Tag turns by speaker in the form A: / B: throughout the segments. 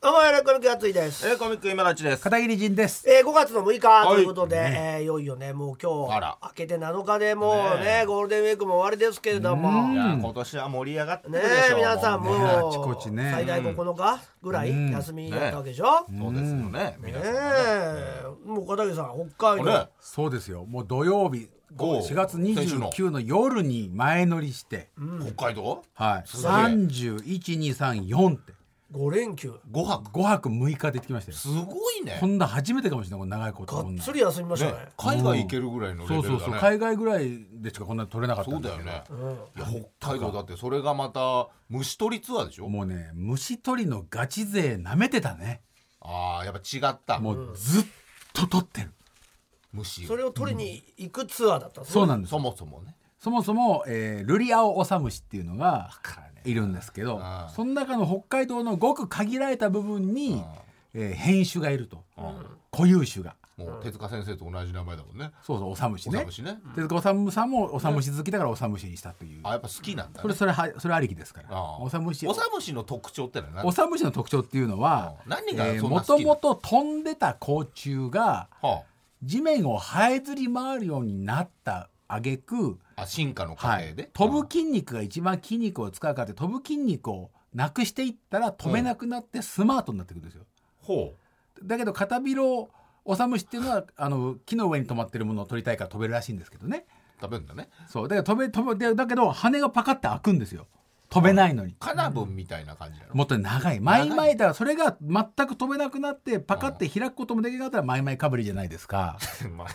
A: どうも、エレコミックやついです。
B: えー、コミック今立ちです。
C: 片桐仁です。
A: えー、5月の6日
B: はい
A: ということで、えーいよいよね、もう今
B: あ
A: 日
B: ら、
A: 明けて7日でもう
B: ね
A: ね、ゴールデンウィークも終わりですけれども、
B: い
A: ね
B: やー今年は盛り上がってるでし
A: え、
B: ょう。
A: 皆さんも
B: う
C: ね
A: う
C: あちこちね
A: 最大9日ぐら
C: うん
A: い休みだったわけでしょ。ね
B: そうですよね。皆さんもね。
A: え、もう片桐さん、北海
B: これ
A: 道。
C: そうですよ。もう土曜日、
B: おう
C: 4月29の夜に前乗りして、
B: 北海道？
C: はい。
B: すげえ
C: 31234って、
A: 5連休。
B: 五泊。
C: 5泊6日で行ってきましたよ。
B: すごいね
C: こ。んな初めてかもしれない、この長いこと。
A: が
C: こん
A: っ
C: な
A: つり休みました
B: ね
A: ね。
B: 海外行けるぐらいのレベ
C: そ
B: ル
C: う
B: だね。
C: そうそう。海外ぐらいでしかこんな取れなかった
B: そうん
C: だ
B: だ
C: け
B: よ
C: ど。
B: ね。
A: うん
B: いや北海道だってそれがまた虫取りツアーでしょ。
C: もうね、虫取りのガチ勢舐めてたね。
B: ああやっぱ違った。
C: もうずっと取ってる。
B: 虫。
A: それを取りに行くツアーだったんですね
C: そうなんです
B: そ。もそもね。
C: そもそも、えールリアオオサムシっていうのがいるんですけど
B: ああ
C: その中の北海道のごく限られた部分に、えー変種がいると、固有種が
B: もう手塚先生と同じ名前だもんね。
C: そうそうオサムシ
B: おさ
C: ね
B: むしね。
C: でおさむさんもオサムシ好きだからオサムシにしたという、
B: あやっぱ好きなんだ
C: それ
B: ね。
C: それはそれありきですから
B: ああ
C: オサムシ
B: おさむしの特徴ってのは何
C: オサムシの特徴っていうのは
B: ああ何がそん
C: も
B: な
C: と
B: 好きな
C: もと飛んでた甲虫が
B: は
C: 地面を這いずり回るようになった挙句
B: ああ進化の過
C: は
B: 程
C: い
B: で。、
C: 飛ぶ筋肉が一番筋肉を使うからって飛ぶ筋肉をなくしていったら飛べなくなってスマートになってくるんですよ。
B: ほう。
C: だけど片ビロオサムシっていうのはあの木の上に止まってるものを取りたいから飛べるらしいんですけどね。
B: 食べるんだね。
C: そうだから飛べ飛べでだけど羽がパカッて開くんですよ。飛べないのに。
B: カナブンみたいな感じなの。
C: もっと長い。マイマイだからそれが全く飛べなくなってパカッて開くこともできなかったらマイマイかぶりじゃないですか。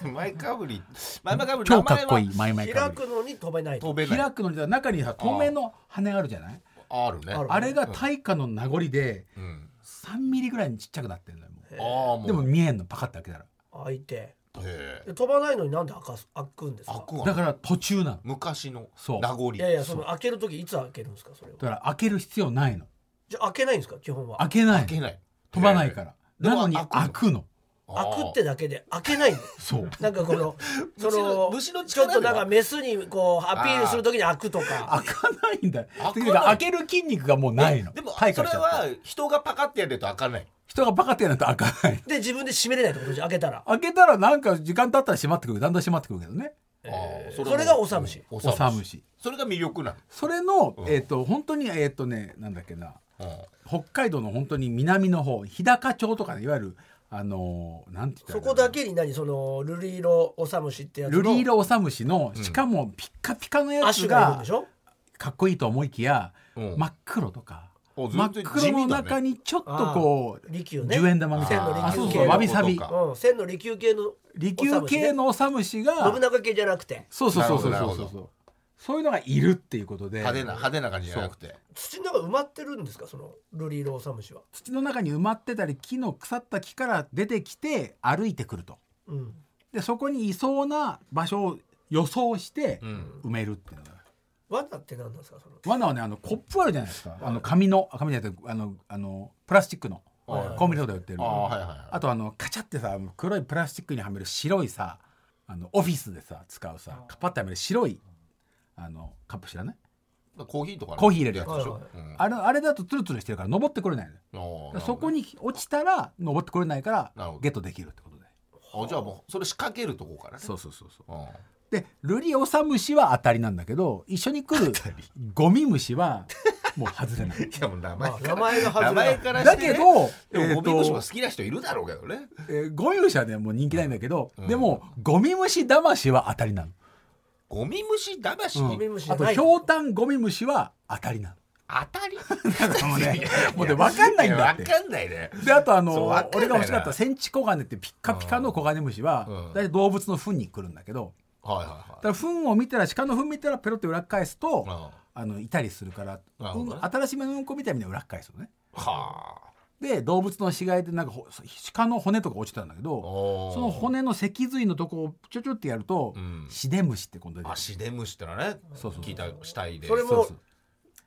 B: 前前かぶり。前々かぶり。
C: 超かっこい
B: 名
C: いマイマイか
A: 開
C: ぶり。
A: くのに飛べない。
B: 前は飛べない。
C: 開くのにだから中にさ透明の羽あるじゃない
B: あるね。
A: ある
C: あれが大化の名残で
B: うん。
C: 3ミリぐらいにちっちゃくなってるのよもう
B: ああもう。
C: でも
B: へ
C: 見えんのパカッて開けたら
A: 開いて。
B: え。
A: で飛ばないのになんで開かす開くんです
B: あ
A: か
B: くわ。
C: だから途中なの
B: 昔の
C: そう
B: 名残。
A: いやいや、その開けるときいつ開けるんですかそれは。
C: だから開ける必要ないの
A: じゃあ開けないんですか基本は。
C: 開けない
B: 開けない。。
C: 飛ばないからら
B: でも
C: なのに
B: 開
C: 開
B: く
C: くの
A: 開くってだけで開けないの
C: そう
A: なんかこのその
B: 虫の虫の力
A: ちょっとなんか
B: では
A: メスにこうアピールするときに開くとか
C: 開かないんだよ
B: 開かない
C: てか開ける筋肉がもうないの
B: でもそ
C: 退
B: れ
C: 化しちゃった
B: は人がパカってやると開かない。
C: 人がバカってやると開かない
A: で自分で閉めれないってことじゃん開けたら
C: 開けたらなんか時間経ったら閉まってくるだんだん閉まってくるけどね
B: あー
A: そ
B: も
A: れがオサムシ。
B: オ
C: オサ
B: サ
C: ム
B: ムシ。
C: シ
B: それが魅力な
C: それのえっと本当にえっとねなんだっけな
B: の。
C: 北海道の本当に南の方日高町とかねいわゆるあのーなんて言
A: そ
C: った
A: こ
C: らいいの
A: だけに何そのルリーロオサムシってやつの
C: ルリーロオサムシのしかもピッカピカのや
A: ア
C: つ
A: シュがいるん
C: が
A: でしょ
C: かっこいいと思いきや
B: うん
C: 真っ黒とか
B: お
C: 真っ黒の中。にちょっとこう
A: 利休ね
C: 10円玉みたい
A: 線の利休
C: なあそう
A: 系
C: そう
A: の
C: わびさび
B: ことか
A: うん線の利休系の
C: 利休系のオサムシ
A: オサムシね信
C: が
A: 長系じゃなくて
C: そうそうそうそう
B: なる
C: そ
B: ほ
C: う
B: ど
C: そ
B: なる
C: う
B: ほ
C: そうそういうのがいるっていうことで
B: 派手な派手な感じじゃなくて。
A: 土の中埋まってるんですかそのルリーロオサムシは
C: 土の中に埋まってたり木の腐った木から出てきて歩いてくると
A: うん
C: でそこにいそうな場所を予想して
B: うん。
C: 埋めるっていうのが
A: 罠って何なんですかその
C: 罠はねあのコップあるじゃないですかあの紙のあ紙じゃなくてあのあのプラスチックの
B: はいはい
C: コンビニとかで売ってる
B: ああはいはいはい。
C: あとあのカチャってさ黒いプラスチックにはめる白いさあのオフィスでさ使うさカパッてはめる白いあのカップ知らない
B: コーヒーとかの
C: コーヒー入れるやつ
B: でしょ
A: はいは。
B: うん
C: あれあれだとツルツルしてるから登ってこれないのよ
B: あー
C: そこ。に落ちたら登ってこれないか
B: なる
C: ら
B: ほど
C: ゲットできるってことで
B: なるほどあじゃあもうそれ仕掛けるとこからね。
C: そうそうそうそう
B: うん。
C: でルリオサムシは当たりなんだけど一緒に来るゴミ虫はもう外れ ない
B: いやもう名前
A: まあ
B: か
A: 名
B: ら
A: 前が
B: 名
A: 外れ
B: 前から
C: だ
B: してね
C: け
B: で
C: ど
B: もゴミ
C: えー
B: 虫
C: と
B: も好きな人いるだろうけどね。
C: えーゴミ虫はねもう人気ないんだけど、
B: うん
C: でもゴミ虫魂は当たりなの、
B: ゴミ虫魂、
C: うん
A: ゴミ虫じゃ
C: あと
A: ない
C: ひょうたんゴミ虫は当 たりな
B: 当たり。
C: のだからもう ねもうね分かんないんだって
B: いやわかんないね。
C: であとあ
B: そう
C: の
B: わかんないな
C: 俺が欲しかったセンチコガネってピッカピカのコガネムシ
B: うん
C: は大体動物の糞に来るんだけど
B: はいは
C: だから糞を見たら鹿の糞見たらペロって裏返すと
B: いはい。は
C: あのいたりするから
B: なるほどね
C: うん新しめのうんこみたいに裏返すのね
B: あ。
C: で動物の死骸でなんかほ鹿の骨とか落ちてたんだけど
B: おー
C: その。骨の脊髄のとこをちょちょってやると
B: うん
C: シデムシって今度出てく
B: あ
C: る
B: シデムシってのはね。
C: そうそう
B: 聞いた死体で。
A: それ
C: そう
A: も
C: そう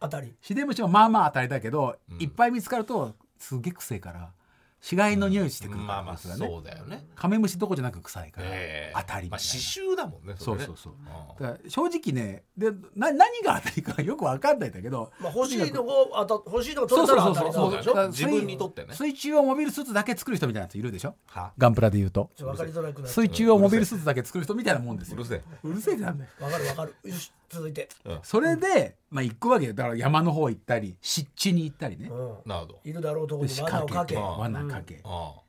A: 当たり
C: シデムシはまあまあ当たりだけど
B: うん
C: いっぱい見つかるとすげえくせえから死骸の匂いしてくるから、
B: まあまあ
C: こいつらね
B: そうだよね。
C: カメムシどこじゃなく臭いから、
B: ええ
C: 当たりみ
B: まあ
C: たい
B: 刺
C: な、
B: 繍だもんね。れね
C: そうそうそうんだから正直ねでな何が当たりかよく分かんないんだけど
A: まあ欲しいのをあた欲しいのを取れたら当たり
B: そ
A: な
B: うんだよ
A: でし
B: ね
A: ょ
C: だから
B: 自分にとってね
C: 水中をモビルスーツだけ作る人みたいなやついるでしょ
B: は
C: ガンプラで言うと
A: ちょっと分かりづらくなっちゃう
C: 水中をモビルスーツだけ作る人みたいなもんです
B: う
C: よ
B: るせえ。
C: うるせえってなんだよ
A: 分かる分かるよし続いて、
C: それで、まあ行くわけよだから山の方行ったり湿地に行ったりね
A: うん、
B: なるほど。
A: いるだろうとこ
C: で
A: に
C: 仕
A: 罠
C: 掛
A: をか
C: けて
A: け
C: 罠かけ、
B: ああ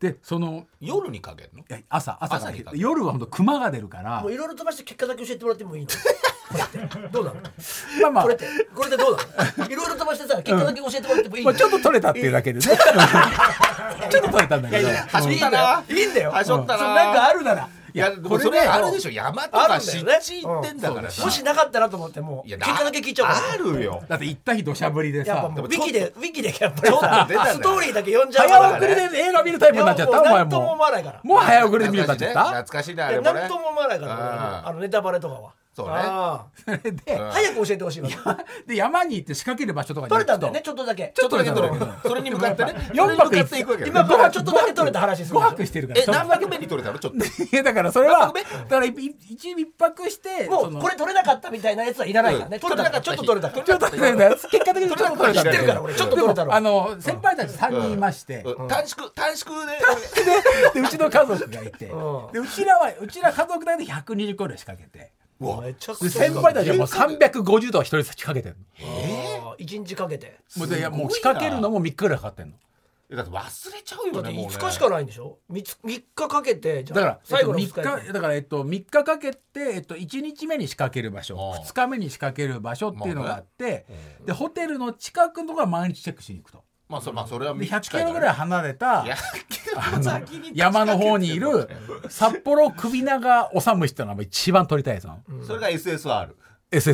C: でその
B: 夜にかけるの
C: いや朝朝が
B: 朝にかける
C: 夜は本当熊が出るから
A: もういろいろ飛ばして結果だけ教えてもらってもいいのこれってどうなの
C: まあまあ
A: これってこれってどうなのいろいろ飛ばしてさ結果だけ教えてもらってもいい
C: ま
A: の、
C: あ、ちょっと取れたっていうだけでねちょっと取れたんだけど
B: 走
A: いいんだよいいんだよ
B: はしょった
A: そ
B: な。
A: うなんかあるなら
B: いや、でもそ
A: こ
B: れ
A: れね
B: あれでしょ。山と
A: あ
B: か
A: るんだ
B: 湿
A: よね
B: 地行ってんだからさ。
A: もしなかったらと思ってもう
B: いや
A: 結果だけ聞いちゃうから
B: あるよ。
C: だって行った日土砂降りで
A: やっぱ
C: さ
A: もうウィキでウィキでやっぱりさ
B: ちょっと出たんだよ
A: ストーリーだけ読んじゃう
C: 早送
A: い
C: りで映画見るタイプになっちゃったお
A: や
C: 前
A: なんとも
C: も
A: 思わないから
C: うもう早送りで見るようになっちゃった
B: 懐かしいね、あ
A: い
B: れ
A: や
B: も
A: なん
B: ね
A: と。も思わないから
B: あー
A: 俺あのネタバレとかは
B: そうね
A: あ
C: それで
A: ー早く教えてほしいわ
C: で山に行って仕掛ける場所とかに行
A: 取れ
C: くと
A: たんだよねちょっとだけ
C: ちょっとだけ
B: そ
C: 取
B: れ
C: れ
B: に
C: た
B: それに向かってね。
C: 4泊
B: それに向かっていくわけよ
A: 今からちょっとだけ取れた話するでし
C: 5
A: ょ
C: 泊してるから
B: え、何泊目に取れたのちょっと。
C: いやだからそれはだからいい一一泊して
A: も
C: そうの
A: これ取れなかったみたいなやつはいらないからね、
B: うん
A: 取れなかったちょっと取れた
C: ちょっと取れたやつ結果的にちょっと取れた
A: 知ってるから俺ちょっと取れたろ
C: でもあの先輩たち3人いまして、
B: うん短縮、短縮で。
C: でうちの家族がいて、
A: うん
C: でうちらはうちら家族だけで120個ぐらい仕掛けて
B: うわ
A: めちゃく
C: で
A: ちゃ
C: 先輩たちはもう350度は一人ずつ仕掛けてる
A: あー一日かけて
C: のもうでいやもう仕掛けるのも3日ぐらいかかってんの
B: えだって忘れちゃう
A: だ
B: よ
A: って
B: ね。もうね
A: 5日しかないんでしょ 3, 三日かけてじゃあ
C: だから
A: 最後の
C: えっ
A: 2
C: と
A: 日
C: 3日だからえっと3日かけてえっと1日目に仕掛ける場所
B: うん
C: 2日目に仕掛ける場所っていうのがあって
B: まあねう
C: でホテルの近くのところは毎日チェックしに行くと
B: まあ、それ、まあ、それは
C: で100キ
B: い
C: ロぐらい離れた
B: や
C: あの山の方にいる札幌首長おさむしっていうのが一番撮りたいやつなの
B: それが SSR。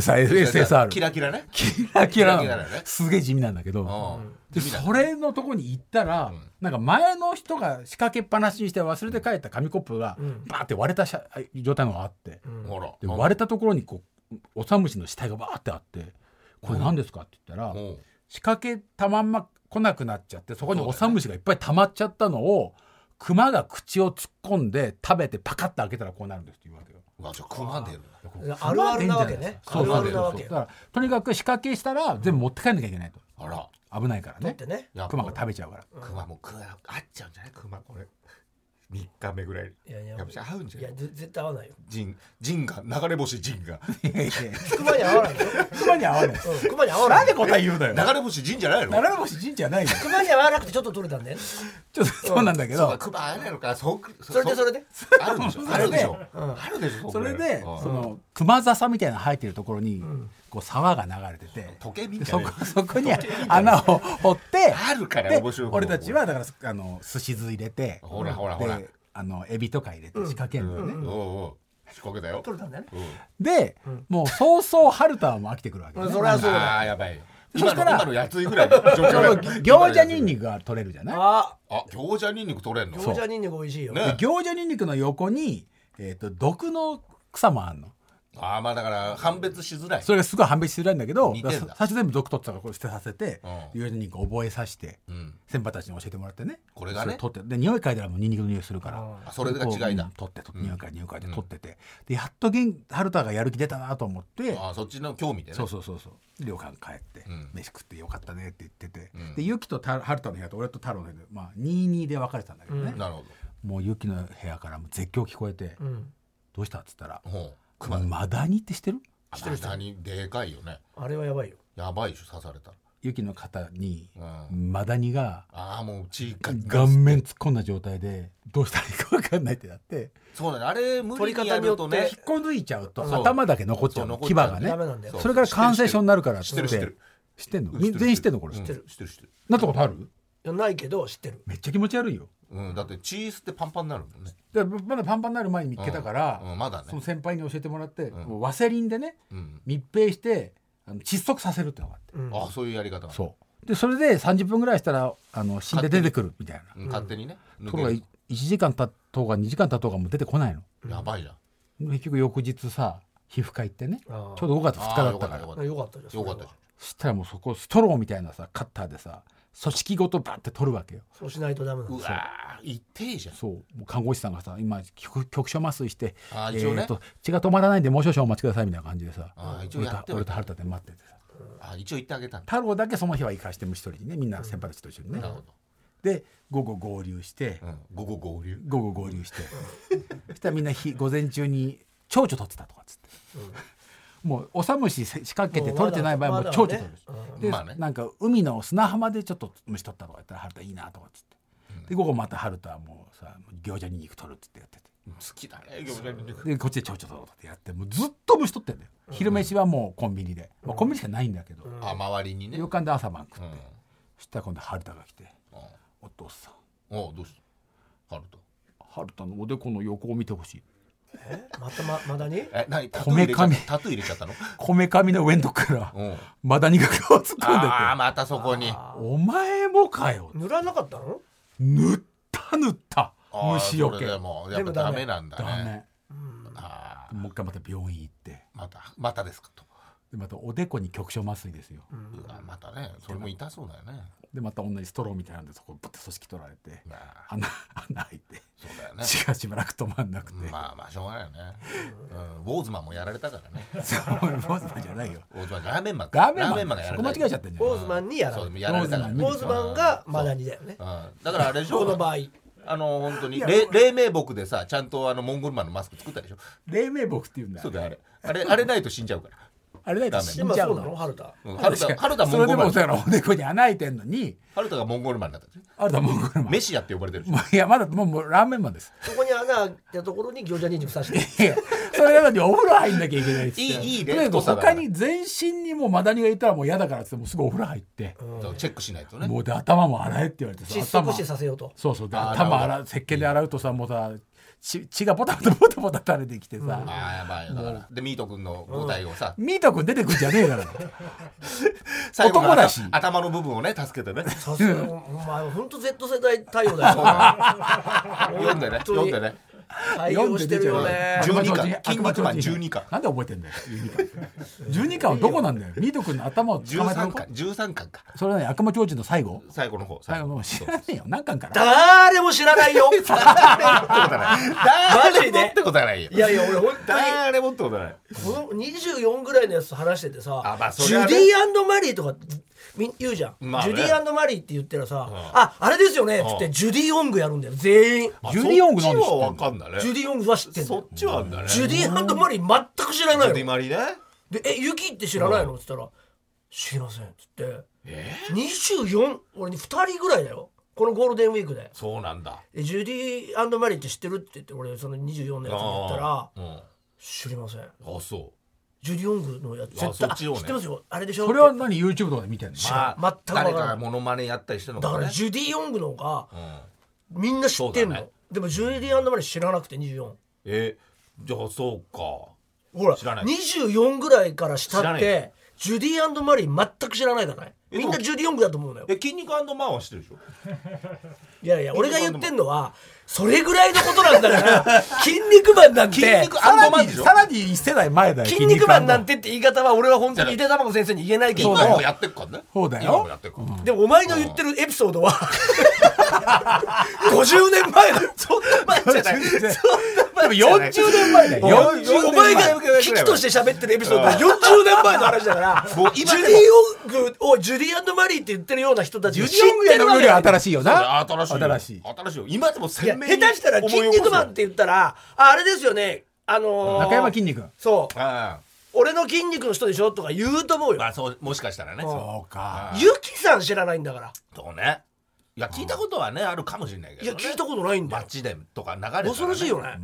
C: SSR
B: キラキラね。
C: キラキラなの
B: キラキラだね
C: すげえ地味なんだけど、
B: うん
C: でそれのとこに行ったら、なんか前の人が仕掛けっぱなしにして忘れて帰った紙コップが
A: うん
C: バーって割れたしゃ状態のがあって、
B: ほら。
C: で割れたところにこうおさむしの死体がバーってあって「これ何ですか?」って言ったら、
B: うん
C: 仕掛けたまんま来なくなっちゃってそこにおさむしがいっぱい溜まっちゃったのを、熊が口を突っ込んで食べてパカッと開けたらこうなるんですって言うわけよ。
B: うわ、じゃあ熊出るな。
A: あるあるなわけね
C: そう
B: あ
C: そ
B: るある
C: うそ
B: な
C: う
A: わ
C: そう
A: け
C: だからとにかく仕掛けしたら全部持って帰んなきゃいけないと
B: あら。
C: 危ないから
A: 取って
C: ね
A: ね
B: やっぱ
C: 熊が食べちゃうから
B: 熊も熊あっちゃうんじゃない熊これ3日目ぐらい
A: いやいや
B: やっぱ合うんじ
A: い
B: ゃな
A: や
B: い
A: ぜ絶対合わないよ
B: ジンジンが流れ星ジンが
A: 熊に合わないでしょ
C: 熊に合わない
A: うん熊に合わな
C: ないんで 答え言うのよ
B: 流れ星ジンじゃないの
C: 奈良星神社ないよ
A: 熊に合わなくてちょっと取れたんだよね
C: ちょっとそうなんだけ
B: そうか
C: ど
B: 熊あれなのかそうそ
A: それでそれで
B: あるでしょあるでしょあるでしょ
C: それで
B: うん
C: その熊笹みたいなの生えてるところにこう沢が流れてて
B: 時計み
C: で
B: た
C: そ
B: い
C: こ
B: な
C: そこに穴を掘って
B: あるから
C: で
B: 面白い
C: 俺たちはだからあの寿司酢入れて
B: ほらほらほら
C: であのエビとか入れて仕掛けるの
B: う
C: ね
B: んおうおう仕掛けたよ
A: 取れたんだよね
B: う
C: でもう早々春田はもう飽きてくるわけね
A: そりゃ
B: ん
A: そうだ
B: あーやばい
C: そ
B: 今
C: した
B: の
C: ら
B: 今のやついぐらいの状況
C: ちょ
B: だ
C: うど
B: よ
C: 餃子ニンニクが取れるじゃない
A: あ
B: あ餃子ニンニク取れん
A: ー
B: の
A: 餃子ニンニク美味しいよ
B: ね
C: 餃子ニンニクの横にえっと毒の草もあんの
B: あーまあだから判別しづらい
C: それがすごい判別しづらいんだけど
B: 似てんだ
C: だから最初全部毒取ってたからこれ捨てさせて
B: うん
C: 餃子ニンニク覚えさせて
B: うん
C: 先輩たちに教えてもらってね
B: これがね
C: そ取ってで匂い嗅いだらもうニンニクの匂いするから
B: あそれが違いだ
C: こううん取って取って匂い嗅いで匂い嗅いで取っててでやっと元春田がやる気出たなと思って
B: あーそっちの興味でね
C: そうそうそうそう旅館帰って、
B: うん
C: 飯食ってよかったねって言ってて、
B: うん
C: でユキとた春田の部屋と俺と太郎の部屋で、まあ、22で別れてたんだけどね、
B: なるほ
C: もうユキの部屋からもう絶叫聞こえて「
A: うん
C: どうした?」っつったら
B: どほう
C: 「
B: 熊
C: マダニって知ってる
B: 知ってる人にでかいよね
A: あれはやばいよ
B: やばいでしょ刺されたら、
C: ユキの肩に
B: うん、
C: マダニが
B: ああもう血が
C: 顔面突っ込んだ状態でどうしたらいいか分かんないってなって
B: そうだねあれ無理
A: 取り
B: に
A: 方
B: や
A: によ
B: る
A: って
B: とね
C: 引っこ抜いちゃうと
B: そう
C: 頭だけ残っちゃ
B: そう
C: うの
B: 残っ
C: 牙
B: ちゃう
C: が
B: ね
A: ダ
C: ね
A: メなんだよ
B: そう
C: それから感染症になるから
B: 知ってる知ってる
C: 知ってんの
B: うん知ってる
C: 全員知ってんのこれ、
B: 知ってる知ってる知ってる、
C: なったことある
A: いやないけど知ってる
C: めっちゃ気持ち悪いよ
B: うん、だってチーズってパンパンになるもんね、
C: だからまだパンパンになる前に見つけたから、
B: うん、まだ
C: その
B: ね、
C: 先輩に教えてもらって、
B: ん
C: もうワセリンでね
B: うん、
C: 密閉してあの窒息させるってのがあって、
A: うん
B: ああそういうやり方
C: そうでそれで30分ぐらいしたらあの死んで出てくるみたいな
B: う、ん、勝手にね抜け
C: ところが
B: る
C: 1時間経とうが2時間経とうがもう出てこないの
B: やばいじゃん
C: 結局翌日さ皮膚科行ってねち
A: あ
C: ょ
A: ー
C: うど5月2日
B: ああ
C: だ
B: よ
C: っ
B: か
C: た
B: った
C: から
B: よか
A: あ
B: っ
A: よかったじゃん
B: たよかった
A: そ
C: そしたらもうそこストローみたいなさカッターでさ組織ごとバッて取るわけよ
A: そうしないとダメなん
B: う
A: です
B: わー痛えじゃん
C: そうもう看護師さんがさ今局局所麻酔して、
B: あー一応ね
C: えーと血が止まらないんでもう少々お待ちくださいみたいな感じでさ
B: あー一応
C: 俺
B: や
C: と
B: っては
C: 俺と春田で待っててさ
B: あ一応言ってあげたんだ
C: 太郎だけその日は行かしても一人にねみんな先輩たちと一緒にね、
B: なるほど、
C: で午後合流して、
B: うん、午後合流
C: 午後合流して そしたらみんな日午前中に蝶々取ってたとかっつって、もうおさむし仕掛けて取れてない場合はもう蝶々取るし、で、
B: まあね
C: なんか海の砂浜でちょっと虫取ったとか言ったら春田いいなとかっつって、で午後また春田はもうさ餃子に肉取るっつってやってて
B: 好きだね餃子に肉
C: でこっちで蝶々取ろうってやってもうずっと虫取ってんだよ昼飯はもうコンビニで、まあ、コンビニしかないんだけど、
B: あ周りにね、う
C: 旅
B: ん、
C: 館で朝晩食って、そしたら今度春田が来て「お父さん
B: おどうしたハルト
C: 春田のおでこの横を見てほしい」
A: えまたままだに
B: え何タト
C: こめ
B: ゥー入れちゃ
C: か
B: っ
C: み
B: たタトゥー入れちゃ ったの
C: こめかみの上のとこから
B: うん
C: マダニが顔突っ込んで
B: ああ
C: て
B: またそこに
C: 「お前もかよ
A: 塗らなかったの、」
C: 塗った塗った
B: あー
C: 虫よ
B: そ
C: け
B: れで
C: ダ
B: もやっぱダメなんだね
C: メ
A: うん、
B: あ
C: もう一回また病院行って
B: ーまたまたですかと
C: でまたおでこに局所麻酔ですよ
B: うわまたねそれも痛そうだよね
C: でまた同じストローみたいなんでそこぶって組織取られて
B: まあ
C: 穴穴開いて
B: そうだよ ね
C: 血がしばらく止まんなくて
B: まあまあしょうがないよね、うん、ウォーズマンもやられたからね
C: そうボスマンじゃないよ
B: ウォーズマンラーメンマンか
C: ラーメン
B: ラーメンマ
C: マ
B: ンが
C: ン
B: や
C: そ
B: られ
C: こ間
B: た
C: 違えちゃってんじゃ
A: ボ
C: ん
A: ーズマンにやら
B: そう
A: れ
B: やられたから
C: ウォーズマンに
A: ボーズマンがマダ
B: に、
A: ニだよね
B: うん、だからあれでしょ
A: この場合
B: あの本当にれ黎明木でさちゃんとあのモンゴルマンのマスク作ったでしょ
C: 黎明木って言うんだ
B: そうだよあれあれあれないと死んじゃうから
C: あれだよ死ん
A: 今
C: じゃ
A: そううなの春田
B: うん春田春田
C: そ
B: モンゴ
C: れで
B: ルマ
C: も
B: ン
C: だからおでこに穴開いてんのに
B: 春田がモンゴルマンだったでしょ
C: あれだもうこれも
B: メシアって呼ばれてるでしょ
C: もういやまだもうもうラーメンマンです
A: そこに穴開いたところに餃子にんにく刺して
C: いやそれなのにお風呂入んなきゃいけないっつって
B: いいいいね
C: とにかく
B: 太さだか
C: 他
B: ら
C: に全身にもうマダニがいたらもう嫌だからっつってもうすぐお風呂入って、
B: そうチェックしないとね
C: もうで頭も洗えって言われて
A: 窒
C: さ頭
A: 息死させようと
C: そうそうで
B: あー
C: 頭
B: な
C: 洗う石鹸で洗うとさもうさ血血がボタボタボタボタ垂れてきてさ、
B: ああやばいよだからでミート君の舞台をさ
C: ミート君出てくんじゃねえから
B: 最後の
C: 男だし
B: 頭の部分をね助けてね
A: さすがお前ほんと Z 世代対応だよ
B: 読んでね読んでね
A: 対応してるよね
B: 読んで出ちゃうよ
C: 12
B: 筋肉マン12巻
C: なんで覚えてんだよ12巻12巻はどこなんだよミート君の頭を捕まえた
B: 13
C: のか
B: 巻13巻か
C: それはね悪魔超人の最後
B: 最後の方
C: 最後の知らねえよ何巻から
A: 誰も知らないよマ
B: 誰
A: ジ
B: も
A: で
B: ってことはないよ
A: いやいや俺本当に
B: 誰もってことはない
A: この24ぐらいのやつと話しててさ、
B: あまあそ
A: ジ
B: れは
A: ュ
B: ね
A: ディマリーとかみ言うじゃん、
B: まあね
A: ジュディマリーって言ったらさ、ああれですよねっつっ
B: う
A: てジュディ・ヨングやるんだよ全員
C: ジュディオングなんで知ってんの
B: わかんだね
A: ジュディ・ヨングは知ってんだ
B: そっ
A: よ
B: ちはあんだね
A: ジュディマリー全く知らない
B: ジ
A: の
B: ュディマリね
A: でえユキって知らないのっつったら「知りません」っつって、24俺に2人ぐらいだよこのゴールデンウィークで
B: そうなんだ
A: えジュディマリーって知ってるって言って俺その24のやつに言ったら
B: うんあ
A: 「知りません」
B: そ
A: ジュディ・ヨングのやつ
B: あ
A: 絶対
B: そっちをね
A: あ知ってますよあれでしょ
C: それは何 YouTube とかで見てんの
B: う
A: らん
B: まあ
A: 全くわから
B: 誰
A: ん
B: かがモノマネやったりしてるの
A: だか
B: からね
A: ジュディ・ヨングの方
B: う
A: が
B: ん
A: みんな知ってんの、
B: そうだね
A: でもジュディ・アンドマリー知らなくて24
B: えじゃあそうか
A: ほら
B: 知らない
A: 24ぐらいから下
B: 知ら
A: っ
B: な
A: て
B: い
A: ジュディ・アンドマリー全く知らないからね
B: えで
A: み
B: も
A: んなジュディ・ヨングだと思うのよ
B: え筋肉マンは知ってるでしょ
A: いやいや俺が言ってんのはそれぐらいのことなんだ から「筋肉マン」なん
B: 筋
A: て
B: 肉
C: さ
B: マ
C: ら
B: ン
C: に
B: でしょ
C: さらに一世代前
A: 「
C: だよ
A: 筋肉マン」なん
C: て
A: てって言い方は俺は本当に井手玉子先生に言えないけど
B: 今もやってっからね
C: そうだよ
B: 今もやってっから
A: でもお前の言ってるエピソードは 50年前 だよそんな前じゃ ないそんな
C: で
A: 前
C: も
A: じゃ
C: 40
A: ない
C: 年前だよ
B: 40
C: 40
A: お前
B: 40年
A: が
B: 前
A: 危機として喋ってるエピソードは40年前の話だから、
B: もう
A: ジ
B: 今
A: ュ
B: でも
A: ディ・ヨングをジュディマリーって言ってるような人たち
C: ジ
A: が
C: ュ
A: 知っ
C: デ
A: て
C: ィオングや
A: る
C: る
A: わ
C: よ
A: け
C: り
A: だ
C: は
A: よ
C: 新しいよな
B: 新しいよ
C: 新しい
B: 新しいよ今でも
A: いや
B: 鮮明
A: 下手したら「筋肉マン」って言ったらあれですよねあのー
C: 中山筋肉
A: そう
B: あ
A: 俺の筋肉の人でしょとか言うと思う
B: あま
A: よ
B: あそうもしかしたらねそ
C: そうか
A: ユキさん知らないんだから
B: うそうねいや聞いたことはねあるかもしれないけど
A: いや
B: ね
A: 聞いたことないんだよ
B: 街でとか流れてたらね
A: 恐ろしいよね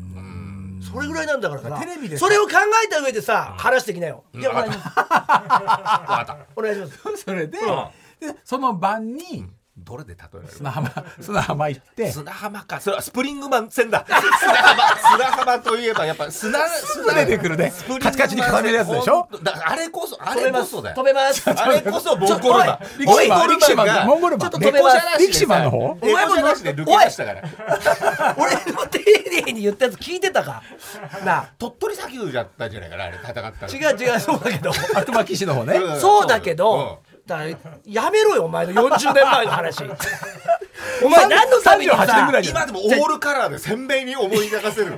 A: それぐらいなんだからさ
C: テレビでさ
A: それを考えた上でさ話してきなよいやお願いします
B: わかった
A: お願いします
C: それで
B: う
C: でその晩に
B: どれで例えられ
C: 砂浜 砂浜行って
B: る砂浜かそれはスプリングマン戦だ砂浜砂浜といえばやっぱ砂砂
C: 出てくるね
B: スプリングマン
C: カチカチに固めるやつでしょ
B: ほんとだあれこそあ
A: 飛べ
B: れ
A: ま
B: こ
A: す
B: そだよ
A: 飛べます
B: あれこそボンゴルマン。
C: 力士マン
B: ボンゴルマンが
C: モンゴルマン
A: ちょっと飛べます
B: 猫じゃらしでさ
C: 力士マンの方
B: 猫じゃらしで抜け出したから。
A: 俺の丁寧に言ったやつ聞いてたかなあ
B: 鳥取砂丘だったんじゃないかな、あれ戦ったの。
A: 違う違うそうだけど
C: 悪魔騎士の方ね
B: うん
A: そうだけど、だからやめろよお前の40年前の話お前何のために
C: 38年
A: さ
C: ぐらい
B: 今でもオールカラーで鮮明に思い出せる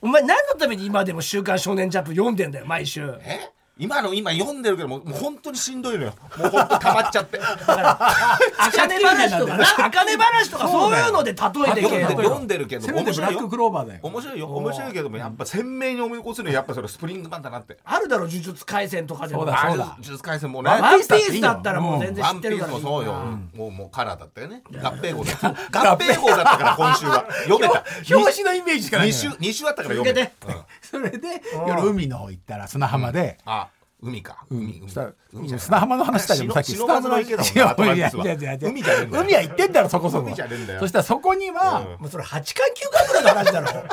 A: お前何のために今でも「週刊少年ジャンプ」読んでんだよ毎週だ
B: え今の今読んでるけどもうもう本当にしんどいのよもう本当溜まっちゃって
A: から茜話とか な茜話とかそういうので例えて
B: 読
A: け
B: んで
A: よ
B: 読んでるけ
C: せ
B: ど
C: め
B: 面
C: てブ
B: 白
C: ラ
B: い
C: ック
B: よ
C: クローバーだよ
B: 面白いよ面白いけどもやっぱ鮮明に思い起こすのはやっぱそれスプリングマンだなって
A: あるだろ呪術廻戦とかでも
C: そうだ
A: ワ
B: あれ呪術廻戦もね
A: ンピースだったらもう全然
B: ワ
A: 知っ
B: ン
A: て
B: ピ
A: るか
B: ース
A: ら
B: もそうよ、もうもうカラーだったよね合併号だった合併号だったから今週は読めた
C: 表紙のイメージしかない
B: 2
C: のよ
B: 週二週あったから読めた、
A: 続け
B: うん
C: それで夜海の方行ったら砂浜で、
B: あ海か海
C: したら
B: 海じゃない
C: 砂浜の話だけどさっき
B: 白
C: ス
B: 白松
C: タジ
B: の
C: オ
B: 池だもんなアトランティスは
C: 海じゃね
B: 海じゃねえんだよ
C: 海は行ってんだろそこそこ
B: 海じゃねえんだよ
C: そしたらそこには、
A: もうそれ八巻九巻ぐらいの話だろ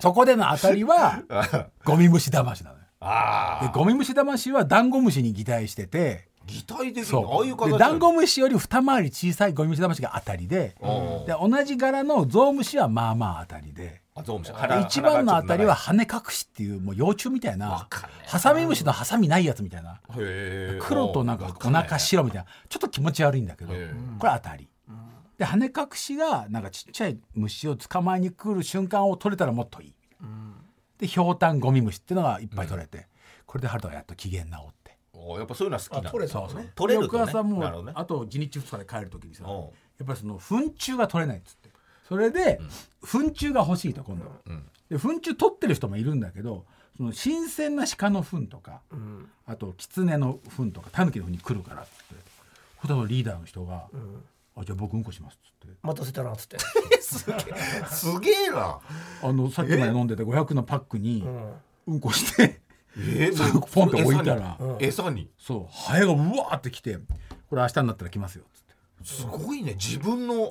C: そこでの当たり はゴミ虫騙しなのよ
B: あ
C: で
B: あ
C: ゴミ虫騙しはダンゴムシに擬態してて
B: 擬態的なあ
C: そ
B: あいう
C: う
B: 形
C: でダンゴムシより二回り小さいゴミ虫騙しが当たりで
B: うん
C: で同じ柄のゾウムシはまあまあ当たりで
B: あゾウムシ
C: で一番の当たりは羽隠しっていうもう幼虫みたいな
B: かんねえ
C: ハサミムシのハサミないやつみたいな
B: へえ
C: 黒となんかお腹白みたいなちょっと気持ち悪いんだけどこ
B: へ
C: れ
B: え
C: 当たり。で羽隠しがなんかちっちゃい虫を捕まえに来る瞬間を取れたらもっといい。でひょうたんゴミ虫っていうのがいっぱい取れて、これで春人がやっと機嫌直って。
B: おやっぱそういうのは好きなんだ
A: あ取れた
C: そうそう
B: 取れるとね
C: 翌朝も
B: なるほど
C: う
B: ね
C: あと1日2日で帰る時にさ
B: うん
C: やっぱりその糞虫が取れないっつってそれで糞虫が欲しいと今度で糞虫取ってる人もいるんだけどその新鮮な鹿の糞とかあと狐の糞とか狸の糞に来るからっつってほとんどリーダーの人が「あじゃあ僕うんこします」っつって
A: 待たせたなっつって
B: すげえな
C: あのさっきまで飲んでた500のパックにうんこして
B: え
C: それをポンって置いたら
B: 餌に
C: そうハエがうわーって来て「これ明日になったら来ますよ」っつって。
B: すごいね自分のも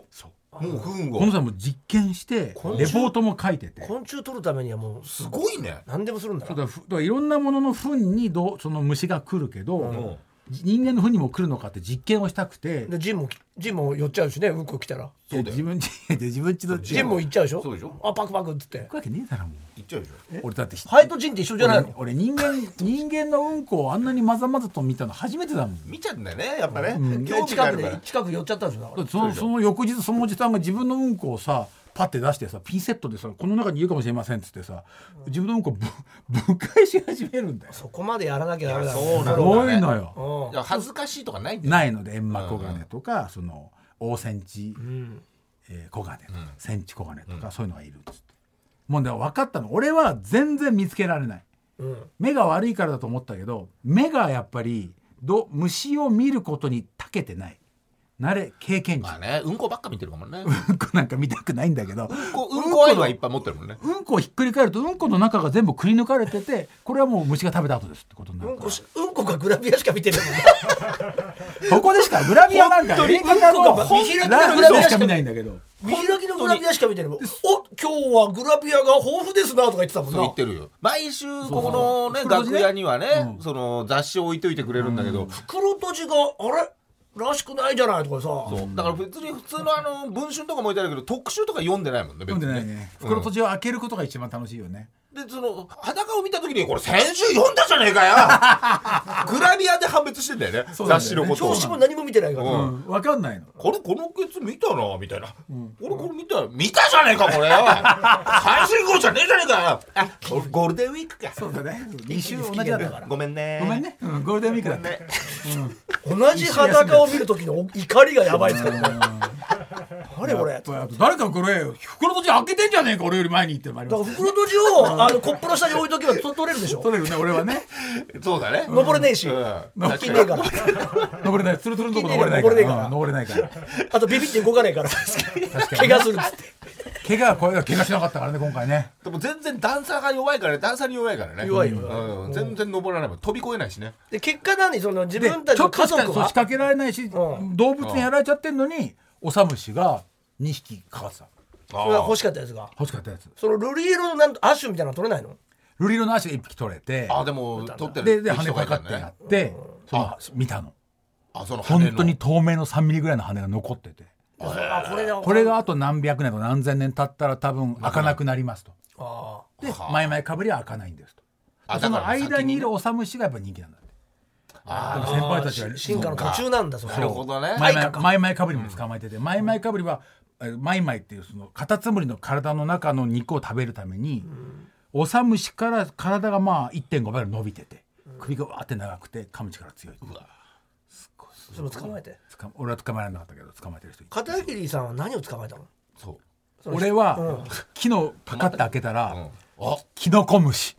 B: う糞
C: この
B: を
C: さんも実験して
A: 昆虫
C: レポートも書いてて
A: 昆虫取るためにはもう
B: すごいね
A: 何でもするんだ
C: そ
A: な
C: うだふだからいろんなものの糞にどうその虫が来るけど、
B: ん
C: 人間の糞にも来るのかって実験をしたくて、
A: でジンもジンも寄っちゃうしねうんこ来たら
B: そうだよ
C: 自分ち で自分ちの
A: ジンも行っちゃうでしょ
B: そうでしょ
A: あパクパクっつって
C: 行くわけねえだろも
B: いっちゃうでしょ
C: う俺だってひ
A: ハエとジンって一緒じゃないの
C: 俺人間人間のうんこをあんなにまざまざと見たの初めてだもん
B: 見ちゃうんだよねやっぱね興
A: で
B: 味があ
A: 近く
B: るか
A: で
B: ら
A: 近く寄っちゃったんですよだか
C: だ
A: ら
C: ってそのその翌日そのおじさんが自分のうんこをさパッて出してさピンセットでさこの中にいるかもしれませんっつってさ自分のうんこをぶ 分解し始めるんだよす
A: そこまでやらなきゃダメだ
B: いやそうなの
C: ごいのよ、
A: うん
B: いや恥ずかしいとかないんだよ
C: ないので煙幕黄金とか、その大センチ、えー黄金とか、センチ黄金とか、そういうのがいるっつってもうでも分かったの俺は全然見つけられない、目が悪いからだと思ったけど目がやっぱりど虫を見ることに長けてない慣れ経験値、
B: まあねうんこばっか見てるかもね
C: うん こなんか見たくないんだけ
B: う
C: ど
B: んこうんこ愛はいっぱい持ってるもんね
C: うんこをひっくり返るとうんこの中が全部くり抜かれててこれはもう虫が食べた後ですってことにな
A: う
C: る
A: ん
C: から
A: こしうんこかグラビアしか見て ないもんね
C: ここでしかグラビアなんか
A: 本当に
C: 映画化
A: うん
C: の
A: こが
C: 本
A: 見開きの
C: ラ
A: グラビアしか
C: そうしか見ないんだけど
A: 見開きのグラビアしか見てないもんお今日はグラビアが豊富ですなとか言ってたもん
B: そう言っ
A: な
B: てるよ毎週ここのね楽屋にはねその雑誌を置いといてくれるんだけど
A: 袋閉じがあれらしくないじゃないとかさ
B: そうだから別に普通のあの文春とかも置いてあるけど特集とか読んでないもんね別
C: 読ん
B: に
C: でないね袋閉じを開けることが一番楽しいよね、
B: でその裸を見た時にこれ先週読んだじゃねえかよグラビアで判別してんだよね
C: そうなん
B: 雑
C: だ
B: 誌
C: よ
B: の
C: ね
B: ことを
A: 表紙も何も見てないから、
B: うん
C: うん、分かんないの
B: これこのケツ見たなみたいな、俺これ見た見たじゃねえかこれよ最終号じゃねえじゃねえかよあゴゴールデンウィークか
C: そうだね2週同じだったから
B: ごめんね
C: ごめんね、うん、ゴールデンウィークだった、
B: ね
A: 同じ裸を見る時の怒りがやばいですからねあれこれだか
C: あと誰かこれ袋閉じ開けてんじゃねえか俺より前に行ってまいりま
A: ら
C: す
A: 袋閉じをあのコップの下に置いとけばと取れるでしょ
C: 取れるね俺はね
B: そうだね
A: 登れねえし、
B: うん
A: 木ねえから
C: 登れないツルツルのとこ登れないから
A: 登れねえから
C: うん登れないから
A: あとビビって動かねえから怪我するっつって
C: 怪我はこれ怪我しなかったからね今回ね
B: でも全然段差が弱いからね段差に弱いからね
A: 弱いよ
B: うん、全然登らないもん飛び越えないしね
A: で結果何その自
C: で
A: 分たち
C: ちょ
A: の
C: っと
A: 家
C: しか
A: 族
C: そう
A: は
C: 仕掛けられないし、
A: うん
C: 動物にやられちゃってんのにオサムシが2匹かかってた
B: あ
A: それは欲しかったやつが
C: 欲しかったやつ
A: そのルリ色のなんとアッシュみたいなの取れないの
C: ルリ色の足が1匹取れて
B: あでも取ってる
C: でで
B: 人が
C: 羽か
B: いた
C: か
B: ん
C: って
B: だ
C: や
B: ね
C: って、その見たの
B: あその羽の
C: 本当に透明の3ミリぐらいの羽が残ってて
A: あこれだ
C: これがあと何百年とか何千年経ったら多分開かなくなりますと
A: あ
C: で前々かぶりは開かないんですと
B: あ
C: そ
B: だか
C: の
B: ら先にね
C: 間にいるオサムシがやっぱ人気なんだってでも先輩たちは
A: し進化の途中なんだそれ
B: なるほどね
C: マイ
A: は
C: マ
A: い
C: イマイマイかぶりも捕まえてて、マイマイかぶりはえーマイマイっていうそのカタツムリの体の中の肉を食べるために、オサムシから体がまあ1.5倍ぐらい伸びてて首がわーって長くて噛む力強い
A: それも捕まえて
C: つか俺は捕まえられなかったけど捕まえてる人いた
A: 片桐さんは何を捕まえたの
B: そう
A: その人
C: 俺は木のパカッて開けたら、
B: あ
C: キノコムシ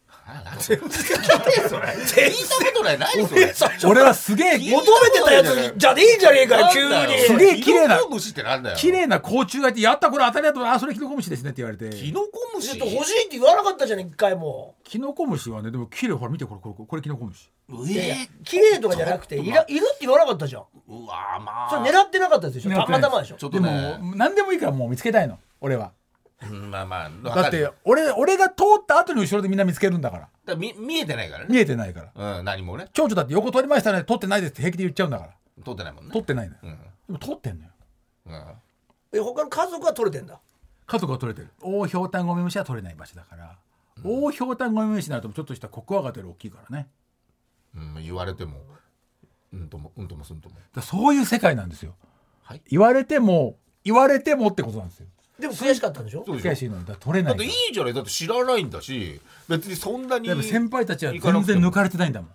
B: 全然聞いてそれ聞いたことない何それ
C: 俺はすげえ
A: 求めてたやつじゃねえんじゃねえかよ急
C: す
A: に
C: げえ綺麗な
B: キノコムシってなんだよ
C: 綺麗な甲虫がいて「やったこれ当たりだと思うあそれキノコムシですね」って言われて
B: キノコム
A: ずっ
B: シ
A: と欲しいって言わなかったじゃん一回も
C: キノコムシはねでも綺麗ほら見てこれこれこれキノコムシ
A: いやいや綺麗とかじゃなくていらいるって言わなかったじゃん
B: うわまあ
A: それ狙ってなかったでしょ
C: 狙ったてない
A: またまでしょ
B: ちょっ
C: で
B: とね
C: も何でもいいからもう見つけたいの俺は
B: うんまあまあ
C: だって俺俺が通った後に後ろでみんな見つけるんだから
B: だ見見えてないからね
C: 見えてないから
B: うん何もね
C: 蝶々だって横取りましたね取ってないですって平気で言っちゃうんだから
B: 撮ってないもんね
C: 取ってないのよ、
B: うん
C: でも取ってんのよ
B: うん
A: え他の家族は取れてんだ
C: 家族は取れてる大ひょうたんゴミムシは取れない場所だから、大ひょうたんゴミムシになるとちょっとしたコクワガタより大きいからね
B: うん言われてもうんともうんともすんとも
C: だからそういう世界なんですよ、
B: はい
C: 言われても言われてもってことなんですよ
A: でも悔しかったんでしょ
B: そうでしょ
C: 悔しいのにだから取れな
B: だっ
C: いか
B: てい
C: ら
B: いじゃないだって知らないんだし別にそんなに
C: だって先輩たちは
B: 行かな
C: 全
B: くて
C: 然
B: も
C: 抜かれてないんだもん、うん